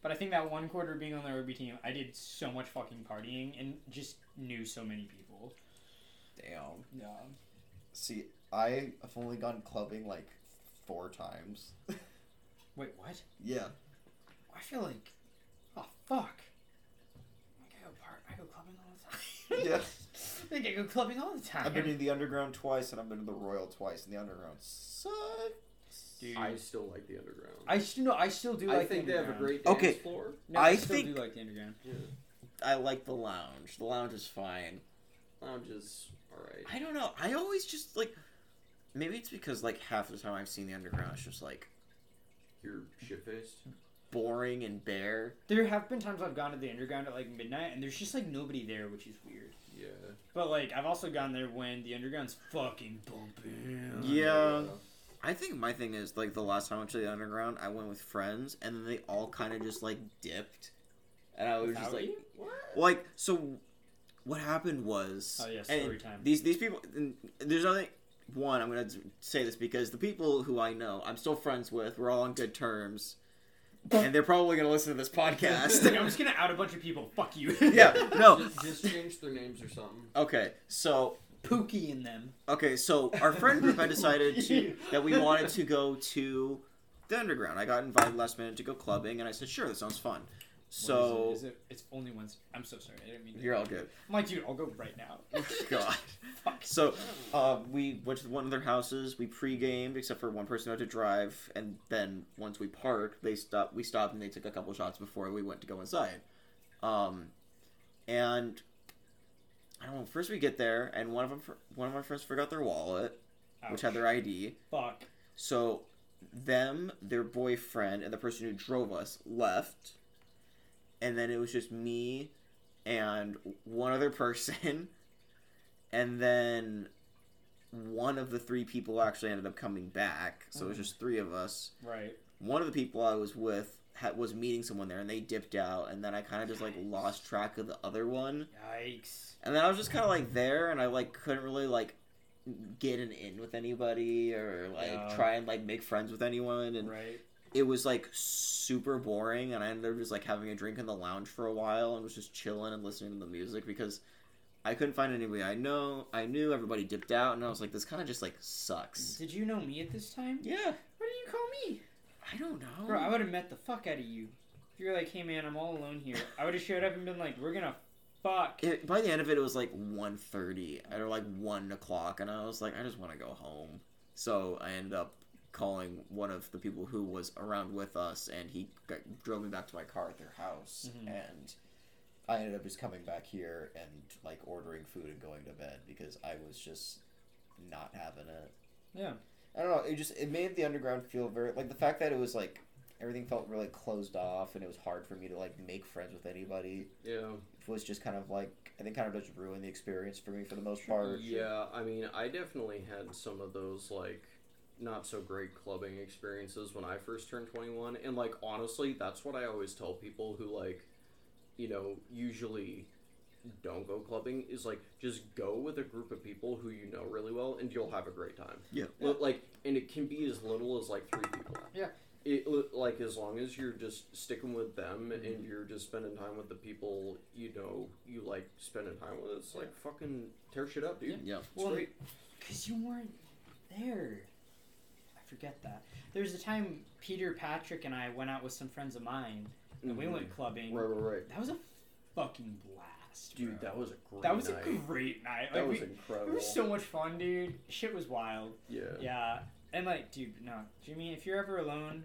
S5: But I think that one quarter being on the rugby team, I did so much fucking partying and just knew so many people.
S6: Damn.
S5: Yeah.
S6: See, I have only gone clubbing like four times.
S5: Wait, what?
S6: Yeah.
S5: I feel like, oh fuck. Like I go part. I go clubbing all the time.
S6: Yeah.
S5: like I go clubbing all the time.
S6: I've been in the underground twice, and I've been to the Royal twice, and the underground sucks.
S5: Dude.
S4: I still like the underground.
S5: I still no, I still do
S4: I
S5: like.
S4: think
S5: the
S4: they have a
S5: underground.
S4: great dance
S1: Okay.
S4: floor.
S5: No,
S1: I
S5: I, still
S1: think-
S5: do like the underground.
S1: I like the lounge. The lounge is fine.
S4: Lounge is alright.
S1: I don't know. I always just like maybe it's because like half the time I've seen the underground it's just like
S4: You're shit faced.
S1: boring and bare.
S5: There have been times I've gone to the underground at like midnight, and there's just like nobody there, which is weird.
S4: Yeah.
S5: But like I've also gone there when the underground's fucking bumping.
S1: Yeah. I think my thing is like the last time I went to the underground, I went with friends, and then they all kind of just like dipped, and I was just
S5: Without
S1: like,
S5: you?
S1: like so. What happened was,
S5: Oh, yeah,
S1: and
S5: story time.
S1: These these people, and there's only one. I'm gonna say this because the people who I know, I'm still friends with. We're all on good terms, and they're probably gonna listen to this
S5: Like, I'm
S1: podcast.
S5: just gonna out a bunch of people. Fuck you.
S1: yeah, no.
S4: Just, just change their names or something.
S1: Okay, so
S5: Pookie in them.
S1: Okay, so our friend group had decided to, that we wanted to go to the underground. I got invited last minute to go clubbing, and I said, "Sure, that sounds fun."
S5: What
S1: So
S5: is it? Is it- it's only Wednesday. I'm so sorry. I didn't mean. to-
S1: you're all good.
S5: I'm like, dude, I'll go right now.
S1: God.
S5: Fuck.
S1: So uh, we went to one of their houses. We pre-gamed, except for one person had to drive, and then once we parked, they stopped. We stopped and they took a couple shots before we went to go inside. Um, and I don't know. First we get there, and one of them, one of my friends forgot their wallet, which had their ID.
S5: Fuck.
S1: So them, their boyfriend, and the person who drove us left. And then it was just me and one other person. And then one of the three people actually ended up coming back. So it was just three of us.
S5: Right.
S1: One of the people I was with had, was meeting someone there and they dipped out. And then I kind of just like lost track of the other one.
S5: Yikes.
S1: And then I was just kind of like there and I like couldn't really like get an in with anybody or like
S5: Yeah.
S1: try and like make friends with anyone and
S5: Right.
S1: it was like super boring and i ended up just like having a drink in the lounge for a while and was just chilling and listening to the music because i couldn't find anybody i know i knew everybody dipped out and i was like this kind of just like sucks
S5: Did you know me at this time?
S1: yeah
S5: Why did you call me?
S1: i don't know
S5: Bro, I would have met the fuck out of you. If you were like, hey man, I'm all alone here. I would have showed up and been like, we're gonna fuck.
S1: it, by the end of it it was like 1.30 or like 1 o'clock and i was like i just want to go home so i ended up calling one of the people who was around with us and he got, drove me back to my car at their house
S5: Mhm.
S6: And I ended up just coming back here and like ordering food and going to bed because I was just not having it.
S5: Yeah.
S6: I don't know. It just it made the underground feel very like the fact that it was like everything felt really closed off and it was hard for me to like make friends with anybody
S4: Yeah.
S6: was just kind of like I think kind of just ruined the experience for me for the most part.
S4: Yeah, I mean, I definitely had some of those, like, not so great clubbing experiences when I first turned 21. And, like, honestly, that's what I always tell people who, like, you know, usually don't go clubbing is, like, just go with a group of people who you know really well and you'll have a great time.
S1: Yeah.
S4: Li- Like, and it can be as little as, like, three people.
S5: Yeah.
S4: It, li- like, as long as you're just sticking with them
S5: Mm-hmm.
S4: and you're just spending time with the people you know you like spending time with, it's like fucking tear shit up, dude.
S1: yeah
S5: Well, because you weren't there. I forget that. There was a time Peter Patrick and I went out with some friends of mine, and we
S2: Mm-hmm.
S5: went clubbing.
S6: Right, right, right.
S5: That was a fucking blast,
S2: Dude,
S5: bro.
S2: that was a great
S5: That was
S2: night.
S5: a great night.
S2: that
S5: Like,
S2: was
S5: we,
S2: incredible.
S5: it was so much fun, dude. Shit was wild.
S2: yeah.
S5: Yeah, and like, dude, no, Jimmy, if you're ever alone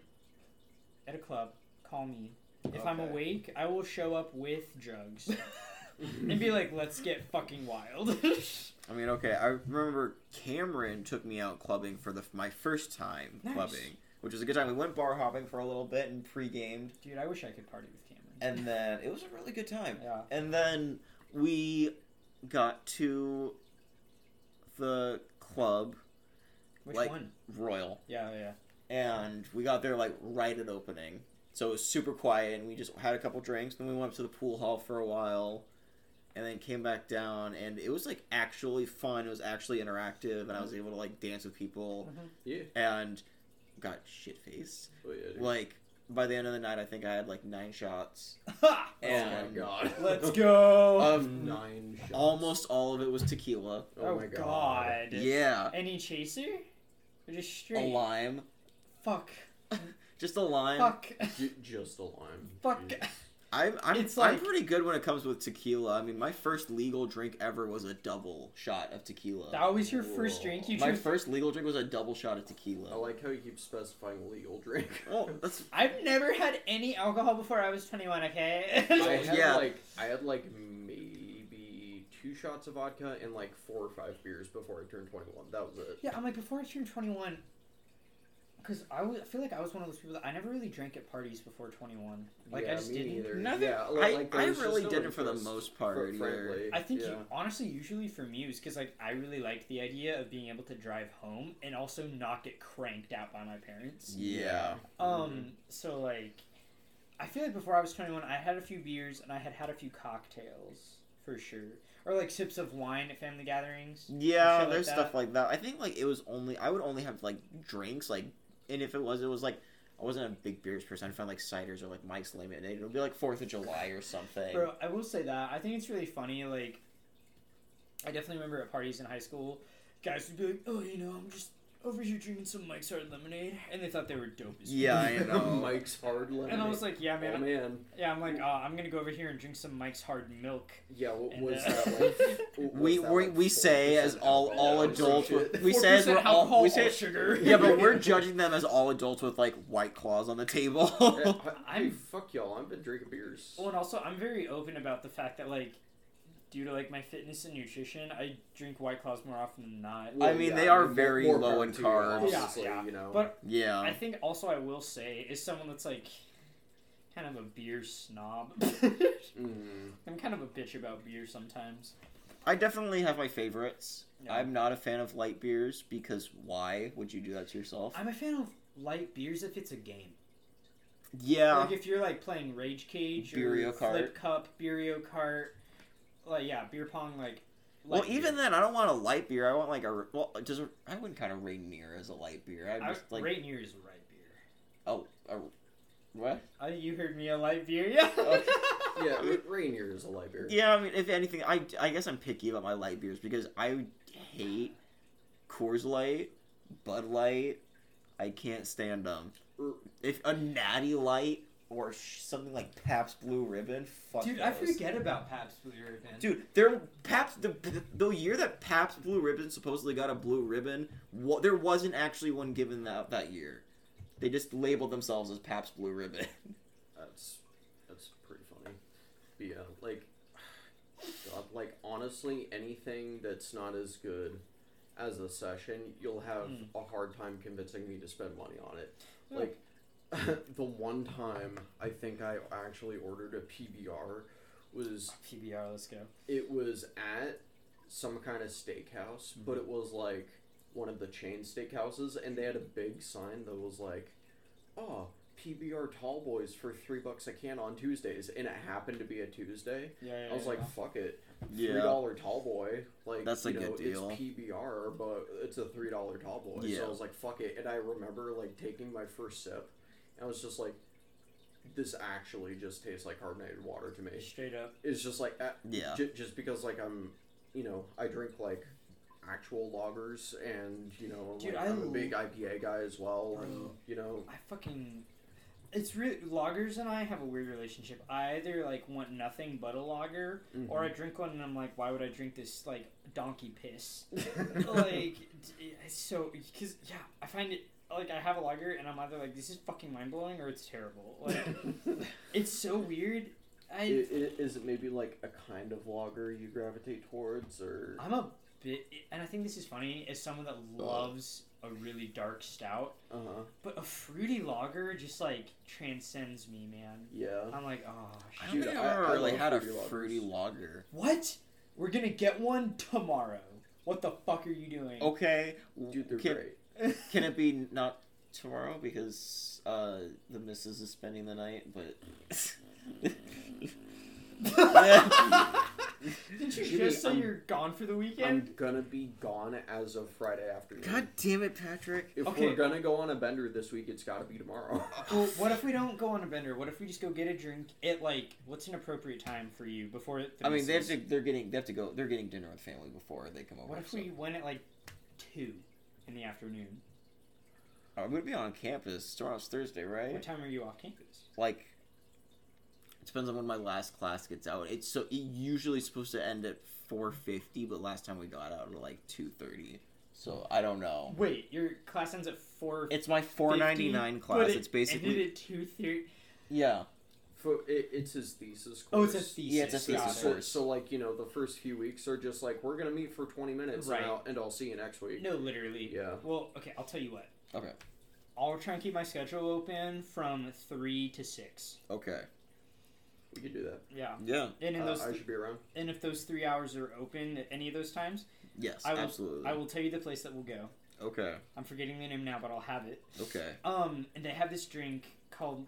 S5: at a club, call me. If I'm
S6: Okay.
S5: awake, I will show up with drugs and be like, "Let's get fucking wild."
S1: I mean, okay, I remember Cameron took me out clubbing for the my first time
S5: Nice.
S1: clubbing,
S6: Which was a good time. We went bar hopping for a little bit and pre-gamed,
S5: dude, I wish I could party with Cameron.
S6: and then it was a really good time.
S5: Yeah,
S1: and then we got to the club
S5: which
S1: Like-
S5: one?
S1: Royal,
S5: Yeah, yeah.
S1: and we got there like right at opening, so it was super quiet, and we just had a couple drinks. Then we went up to the pool hall for a while, and then came back down, and it was like actually fun. It was actually interactive, and I was able to like dance with people,
S5: Mhm.
S4: Yeah.
S1: and got shit faced.
S4: Oh, yeah, dude.
S1: like by the end of the night, I think I had like nine shots,
S5: Ha!
S4: oh my
S1: and
S4: god. Um,
S5: Let's go.
S1: Of
S4: nine shots.
S1: almost all of it was tequila.
S4: Oh, my god.
S1: Yeah,
S5: Any chaser? Or just
S1: a
S5: straight?
S1: lime,
S5: Fuck.
S1: just a lime.
S5: Fuck.
S4: Ju- just a lime.
S5: Fuck.
S4: Jeez.
S1: I'm I'm,
S5: It's
S1: I'm
S5: like-
S1: pretty good when it comes with tequila. I mean, my first legal drink ever was a double shot of tequila.
S5: That was your first drink. You
S1: my
S5: chose.
S1: first legal drink was a double shot of
S4: I
S1: tequila.
S4: like how you keep specifying legal drink.
S1: Oh, that's
S5: I've never had any alcohol before I was 21. Okay.
S4: I had
S1: Yeah.
S4: like I had like maybe two shots of vodka and like four or five beers before I turned twenty one. That was it.
S5: Yeah, I'm like before I turned 21, because I was I feel like I was one of those people that I never really drank at parties before 21. Like
S4: yeah,
S5: I just
S4: me
S5: didn't.
S4: Neither.
S1: Nothing-
S4: Yeah,
S1: I,
S4: like, like,
S1: I
S4: there's just
S1: really
S4: no
S1: didn't for the
S4: interest,
S1: most
S4: fr-
S1: part. either.
S4: frankly.
S5: I think
S4: yeah.
S5: you, honestly, usually for me, it was because like I really liked the idea of being able to drive home and also not get cranked out by my parents.
S1: Yeah.
S5: Um, so like, I feel like before I was 21, I had a few beers and I had had a few cocktails for sure, or like sips of wine at family gatherings.
S1: Yeah,
S5: Shit like
S1: there's
S5: that.
S1: stuff like that. I think like it was only I would only have like drinks like, and if it was, it was like I wasn't a big beers person. I found like ciders or like Mike's Lemonade. It would be like Fourth of July or something.
S5: Bro, I will say that I think it's really funny. Like, I definitely remember at parties in high school, guys would be like, "Oh, you know, I'm just over here drinking some Mike's Hard Lemonade," and they thought they were dope as fuck.
S1: Yeah, I know.
S4: Mike's hard lemonade.
S5: And I was like, "Yeah, man,
S4: oh
S5: I'm-
S4: man,
S5: yeah." I'm like, oh, "I'm gonna go over here and drink some Mike's Hard Milk."
S4: yeah. What
S5: And,
S4: was
S5: uh,
S4: that like? What
S1: We-
S4: was that,
S1: we-
S4: like,
S1: we say
S4: 4%
S1: as all-
S4: alcohol
S1: all
S4: or some
S1: adults
S4: shit?
S1: with- we say as
S5: 4%
S1: we're all-
S5: alcohol,
S1: we say-
S5: all sugar.
S1: yeah, but we're judging them as all adults with like white claws on the table.
S4: Yeah, I,
S5: I'm-
S4: dude, fuck y'all. I've been drinking beers.
S5: Well, and also, I'm very open about the fact that like. Due to like my fitness and nutrition, I drink White Claws more often than not.
S1: I mean, they are very
S4: more
S1: low
S4: power
S1: in
S4: to you,
S1: carbs.
S4: Honestly,
S5: Yeah, yeah.
S4: you know.
S5: But
S1: yeah.
S5: I think also I will say is someone that's like kind of a beer snob.
S4: Mm.
S5: I'm kind of a bitch about beer sometimes.
S1: I definitely have my favorites.
S5: Yeah.
S1: I'm not a fan of light beers because why would you do that to yourself?
S5: I'm a fan of light beers if it's a game.
S1: Yeah,
S5: Like if you're like playing Rage Cage or
S1: Birrio Kart.
S5: Flip Cup, Birrio Kart, like yeah, beer pong like.
S1: Well,
S5: light
S1: even
S5: beer.
S1: then, I don't want a light beer. I want like a well. Does a, I wouldn't kind of Rainier as a light beer. I
S5: I,
S1: just like
S5: Rainier is a right beer.
S1: oh a, what?
S5: I, you heard me a light beer, yeah.
S1: Okay.
S4: Yeah, I mean, Rainier is a light beer.
S1: Yeah, I mean, if anything, I I guess I'm picky about my light beers because I hate Coors Light, Bud Light. I can't stand them. If a Natty Light or sh- something like Pabst Blue Ribbon, fuck
S5: Dude, I
S1: those.
S5: forget about Pabst Blue Ribbon.
S1: Dude, their Pabst the the year that Pabst Blue Ribbon supposedly got a blue ribbon, wa- there wasn't actually one given that that year. They just labeled themselves as Pabst Blue Ribbon.
S4: That's that's pretty funny. But yeah, like, God, like honestly, anything that's not as good as a session, you'll have
S5: Mm.
S4: a hard time convincing me to spend money on it.
S5: Yeah.
S4: Like, the one time I think I actually ordered a PBR was
S5: PBR, let's go.
S4: it was at some kind of steakhouse,
S1: Mm-hmm.
S4: but it was like one of the chain steakhouses, and they had a big sign that was like, "Oh, PBR Tall Boys for three bucks a can on Tuesdays," and it happened to be a Tuesday.
S5: Yeah, yeah.
S4: I was
S5: yeah,
S4: like,
S5: yeah.
S4: "Fuck it, three dollar Tall Boy." Like
S1: That's a
S4: you know,
S1: good deal.
S4: It's PBR, but it's a three dollar Tall Boy. So
S1: Yeah.
S4: I was like, "Fuck it," and I remember like taking my first sip, and I was just like. This actually just tastes like carbonated water to me.
S5: straight up.
S4: It's just like uh,
S1: Yeah.
S4: J- just because like I'm, you know, I drink like actual loggers, and you know,
S5: Dude,
S4: like,
S5: I
S4: I'm a
S5: l-
S4: big IPA guy as well. And,
S5: Bro.
S4: you know,
S5: I fucking. It's really loggers and I have a weird relationship. I either like want nothing but a lager,
S4: mm-hmm.
S5: or I drink one and I'm like, why would I drink this like donkey piss? like, d- it's so because yeah, I find it like I have a lager and I'm either like this is fucking mind blowing or it's terrible. Like, it's so weird. I
S4: I- i- is it maybe like a kind of lager you gravitate towards, or
S5: I'm a bit, and I think this is funny as someone that loves a really dark stout,
S4: uh huh,
S5: but a fruity lager just like transcends me, man.
S4: yeah?
S5: I'm like, oh shit.
S1: I don't
S4: Dude,
S1: think
S4: I-
S1: I've ever
S4: I
S1: really
S4: love
S1: had a
S4: fruity lagers.
S1: fruity lager.
S5: What? We're gonna get one tomorrow. What the fuck are you doing?
S1: Okay,
S4: Dude, they're
S1: can,
S4: great.
S1: can it be not tomorrow because uh, the missus is spending the night? But
S5: Didn't you
S4: Jimmy,
S5: just say
S4: I'm-
S5: you're gone for the weekend?
S4: I'm gonna be gone as of Friday afternoon.
S1: God damn it, Patrick!
S4: if
S5: Okay.
S4: we're gonna go on a bender this week, it's gotta be tomorrow.
S5: well, what if we don't go on a bender? What if we just go get a drink at like what's an appropriate time for you before? It
S1: I mean, they have
S5: finishes?
S1: to. They're getting. They have to go. They're getting dinner with family before they come over.
S5: What if
S1: so-
S5: we went at like two in the afternoon?
S1: I'm gonna be on campus. Tomorrow's Thursday, right?
S5: What time are you off campus?
S1: like it depends on when my last class gets out. It's so it usually supposed to end at four fifty, but last time we got out at like two thirty. So I don't know.
S5: Wait, your class ends at four.
S1: It's my four ninety nine class. It's basically
S5: ended at two thirty.
S1: yeah,
S4: For, it, it's his thesis
S5: Oh,
S4: course.
S5: it's a thesis.
S1: Yeah, it's a
S5: got
S1: thesis
S5: it.
S4: So,
S1: course.
S4: so like you know, the first few weeks are just like we're gonna meet for twenty minutes
S5: Right.
S4: now, and I'll see you next week.
S5: No, literally.
S4: Yeah.
S5: Well, okay, I'll tell you what.
S1: Okay.
S5: I'll try and keep my schedule open from three to six.
S1: okay,
S4: We could do that.
S5: Yeah.
S1: yeah,
S5: And in
S4: Uh,
S5: those,
S4: I should be around.
S5: and if those three hours are open at any of those times,
S1: yes,
S5: I will-
S1: absolutely.
S5: I will tell you the place that will go.
S1: Okay,
S5: I'm forgetting the name now, but I'll have it.
S1: okay.
S5: Um, and they have this drink called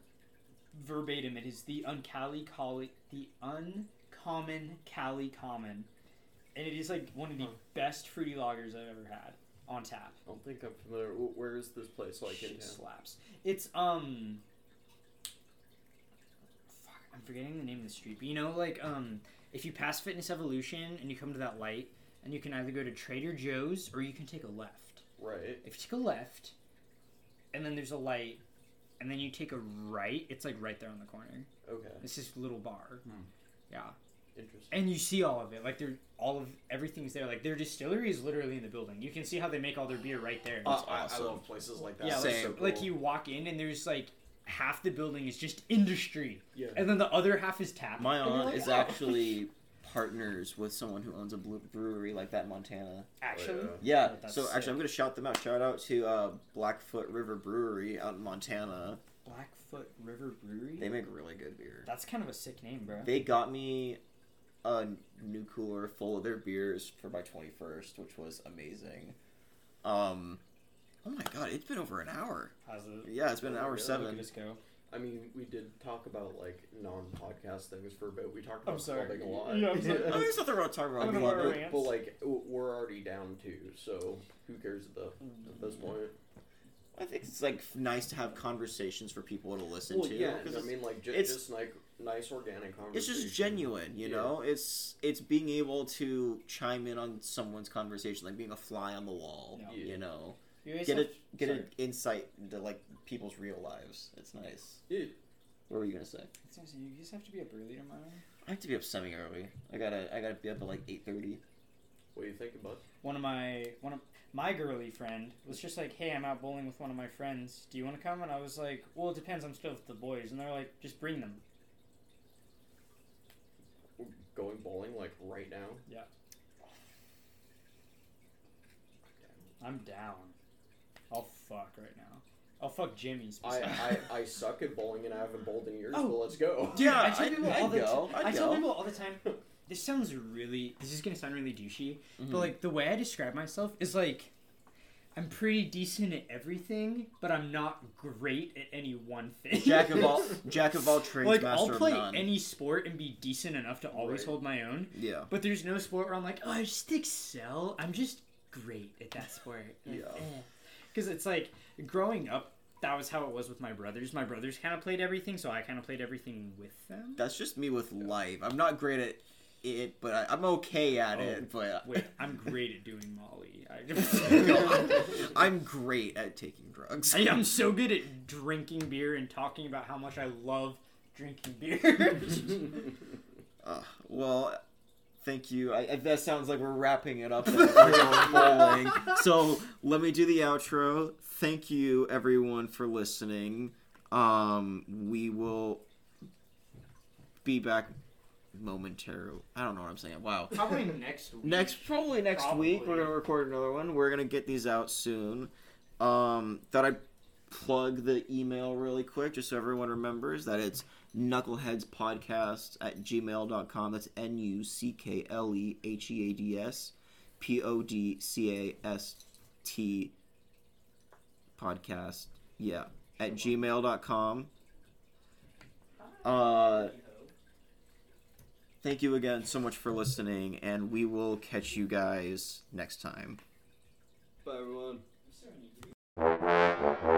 S5: verbatim. It is the uncali cali, the uncommon cali common, and it is like one of the best fruity lagers I've ever had on tap.
S4: I don't think I'm familiar. Wh- Where is this place? Like in
S5: Shit
S4: town?
S5: slaps. It's um. Fuck, I'm forgetting the name of the street, but you know, like um, if you pass Fitness Evolution and you come to that light, and you can either go to Trader Joe's or you can take a left.
S4: Right.
S5: If you take a left, and then there's a light, and then you take a right, it's like right there on the corner.
S4: Okay.
S5: It's this little bar. Yeah,
S4: Interesting.
S5: and you see all of it. Like they're all of everything's there. Like their distillery is literally in the building. You can see how they make all their beer right there.
S1: That's
S4: Uh, I-
S1: awesome.
S4: I, love places like that.
S5: Yeah,
S4: That's
S5: like,
S1: Same.
S4: so
S5: like
S4: cool.
S5: you walk in and there's like half the building is just industry,
S4: Yeah.
S5: and then the other half is tap.
S1: My
S5: And you're
S1: aunt
S5: like,
S1: is
S5: "Oh."
S1: actually partners with someone who owns a ble- brewery like that in Montana.
S5: actually.
S4: Oh,
S1: Yeah.
S5: Oh, that's
S1: so actually,
S5: sick.
S1: I'm gonna shout them out. Shout out to uh, Blackfoot River Brewery out in Montana.
S5: Blackfoot River Brewery.
S1: They make really good beer.
S5: That's kind of a sick name, bro.
S1: They got me a new cooler full of their beers for my 21st, which was amazing. Um, oh my god, it's been over an hour.
S5: How's it?
S1: Yeah, it's been an hour
S4: Really?
S5: Look at
S1: seven.
S5: us go.
S4: uh, I mean, we did talk about like non-podcast things for a bit. We talked
S5: I'm
S4: about
S5: sorry.
S4: clubbing a lot.
S5: Yeah, I'm sorry.
S1: Oh, there's nothing wrong talking
S5: I'm
S1: about.
S5: gonna
S1: club.
S5: borrow
S4: but,
S5: it. rants.
S4: but, like w- we're already down two, so who cares at, the, at
S5: Mm.
S4: this point?
S1: I think it's like nice to have conversations for people to listen
S4: well,
S1: to.
S4: yeah,
S1: 'cause
S4: I
S1: it's-
S4: mean, like ju-
S1: it's-
S4: just like nice organic
S1: it's
S4: conversation.
S1: just genuine you
S4: Yeah.
S1: know it's it's being able to chime in on someone's conversation like being a fly on the wall
S5: Yeah.
S1: you know
S5: You guys
S1: get a
S5: have-
S1: get an
S5: sorry.
S1: insight into like people's real lives it's nice
S4: Yeah.
S1: what were you gonna say
S5: It's nice, You guys have to be up early tomorrow.
S1: i have to be up semi early i gotta i gotta be up at like eight thirty.
S4: What do you think about?
S5: One of my one of my girly friend was just like, "Hey, I'm out bowling with one of my friends. Do you want to come?" And I was like, "Well, it depends. I'm still with the boys." And they're like, "Just bring them."
S4: We're going bowling like right now.
S5: I'm down. I'll fuck right now. I'll fuck Jimmy.
S4: I,
S5: Specifically.
S4: I, I suck at bowling and I haven't bowled in years,
S5: Oh.
S4: but let's go.
S5: Dude, I
S1: Yeah,
S5: tell
S1: I'd-
S5: people all
S1: I'd
S5: the
S1: go,
S5: time.
S1: I'd
S5: I tell
S1: go.
S5: people all the time. This sounds really. This is gonna sound really douchey,
S1: Mm-hmm.
S5: but like the way I describe myself is like, I'm pretty decent at everything, but I'm not great at any one thing.
S1: jack of all jack of all trades
S5: like I'll
S1: master
S5: play
S1: of none
S5: any sport and be decent enough to always
S4: Right.
S5: hold my own.
S1: yeah
S5: But there's no sport where I'm like, oh, I just excel. I'm just great at that sport.
S1: Yeah.
S5: Because it's like growing up, that was how it was with my brothers. My brothers kind of played everything, so I kind of played everything with them.
S1: that's just me with life i'm not great at it, but I, I'm okay at
S5: Oh,
S1: it. But
S5: Wait, I'm great at doing Molly. I
S1: I'm great at taking drugs.
S5: I am so good at drinking beer and talking about how much I love drinking beer.
S1: Uh, well, thank you. I, I, that sounds like we're wrapping it up. That we're rolling. So let me do the outro. Thank you, everyone, for listening. Um, we will be back momentarily. I don't know what I'm saying. Wow.
S5: Probably next week.
S1: Next, probably next week, we're
S5: Probably.
S1: gonna record another one. We're gonna get these out soon. Um, thought I'd plug the email really quick just so everyone remembers that it's knuckleheadspodcast at gmail.com. That's N U C K L E H E A D S P O D C A S T podcast. Yeah, at gmail.com. Uh, thank you again so much for listening, and we will catch you guys next time.
S6: Bye, everyone.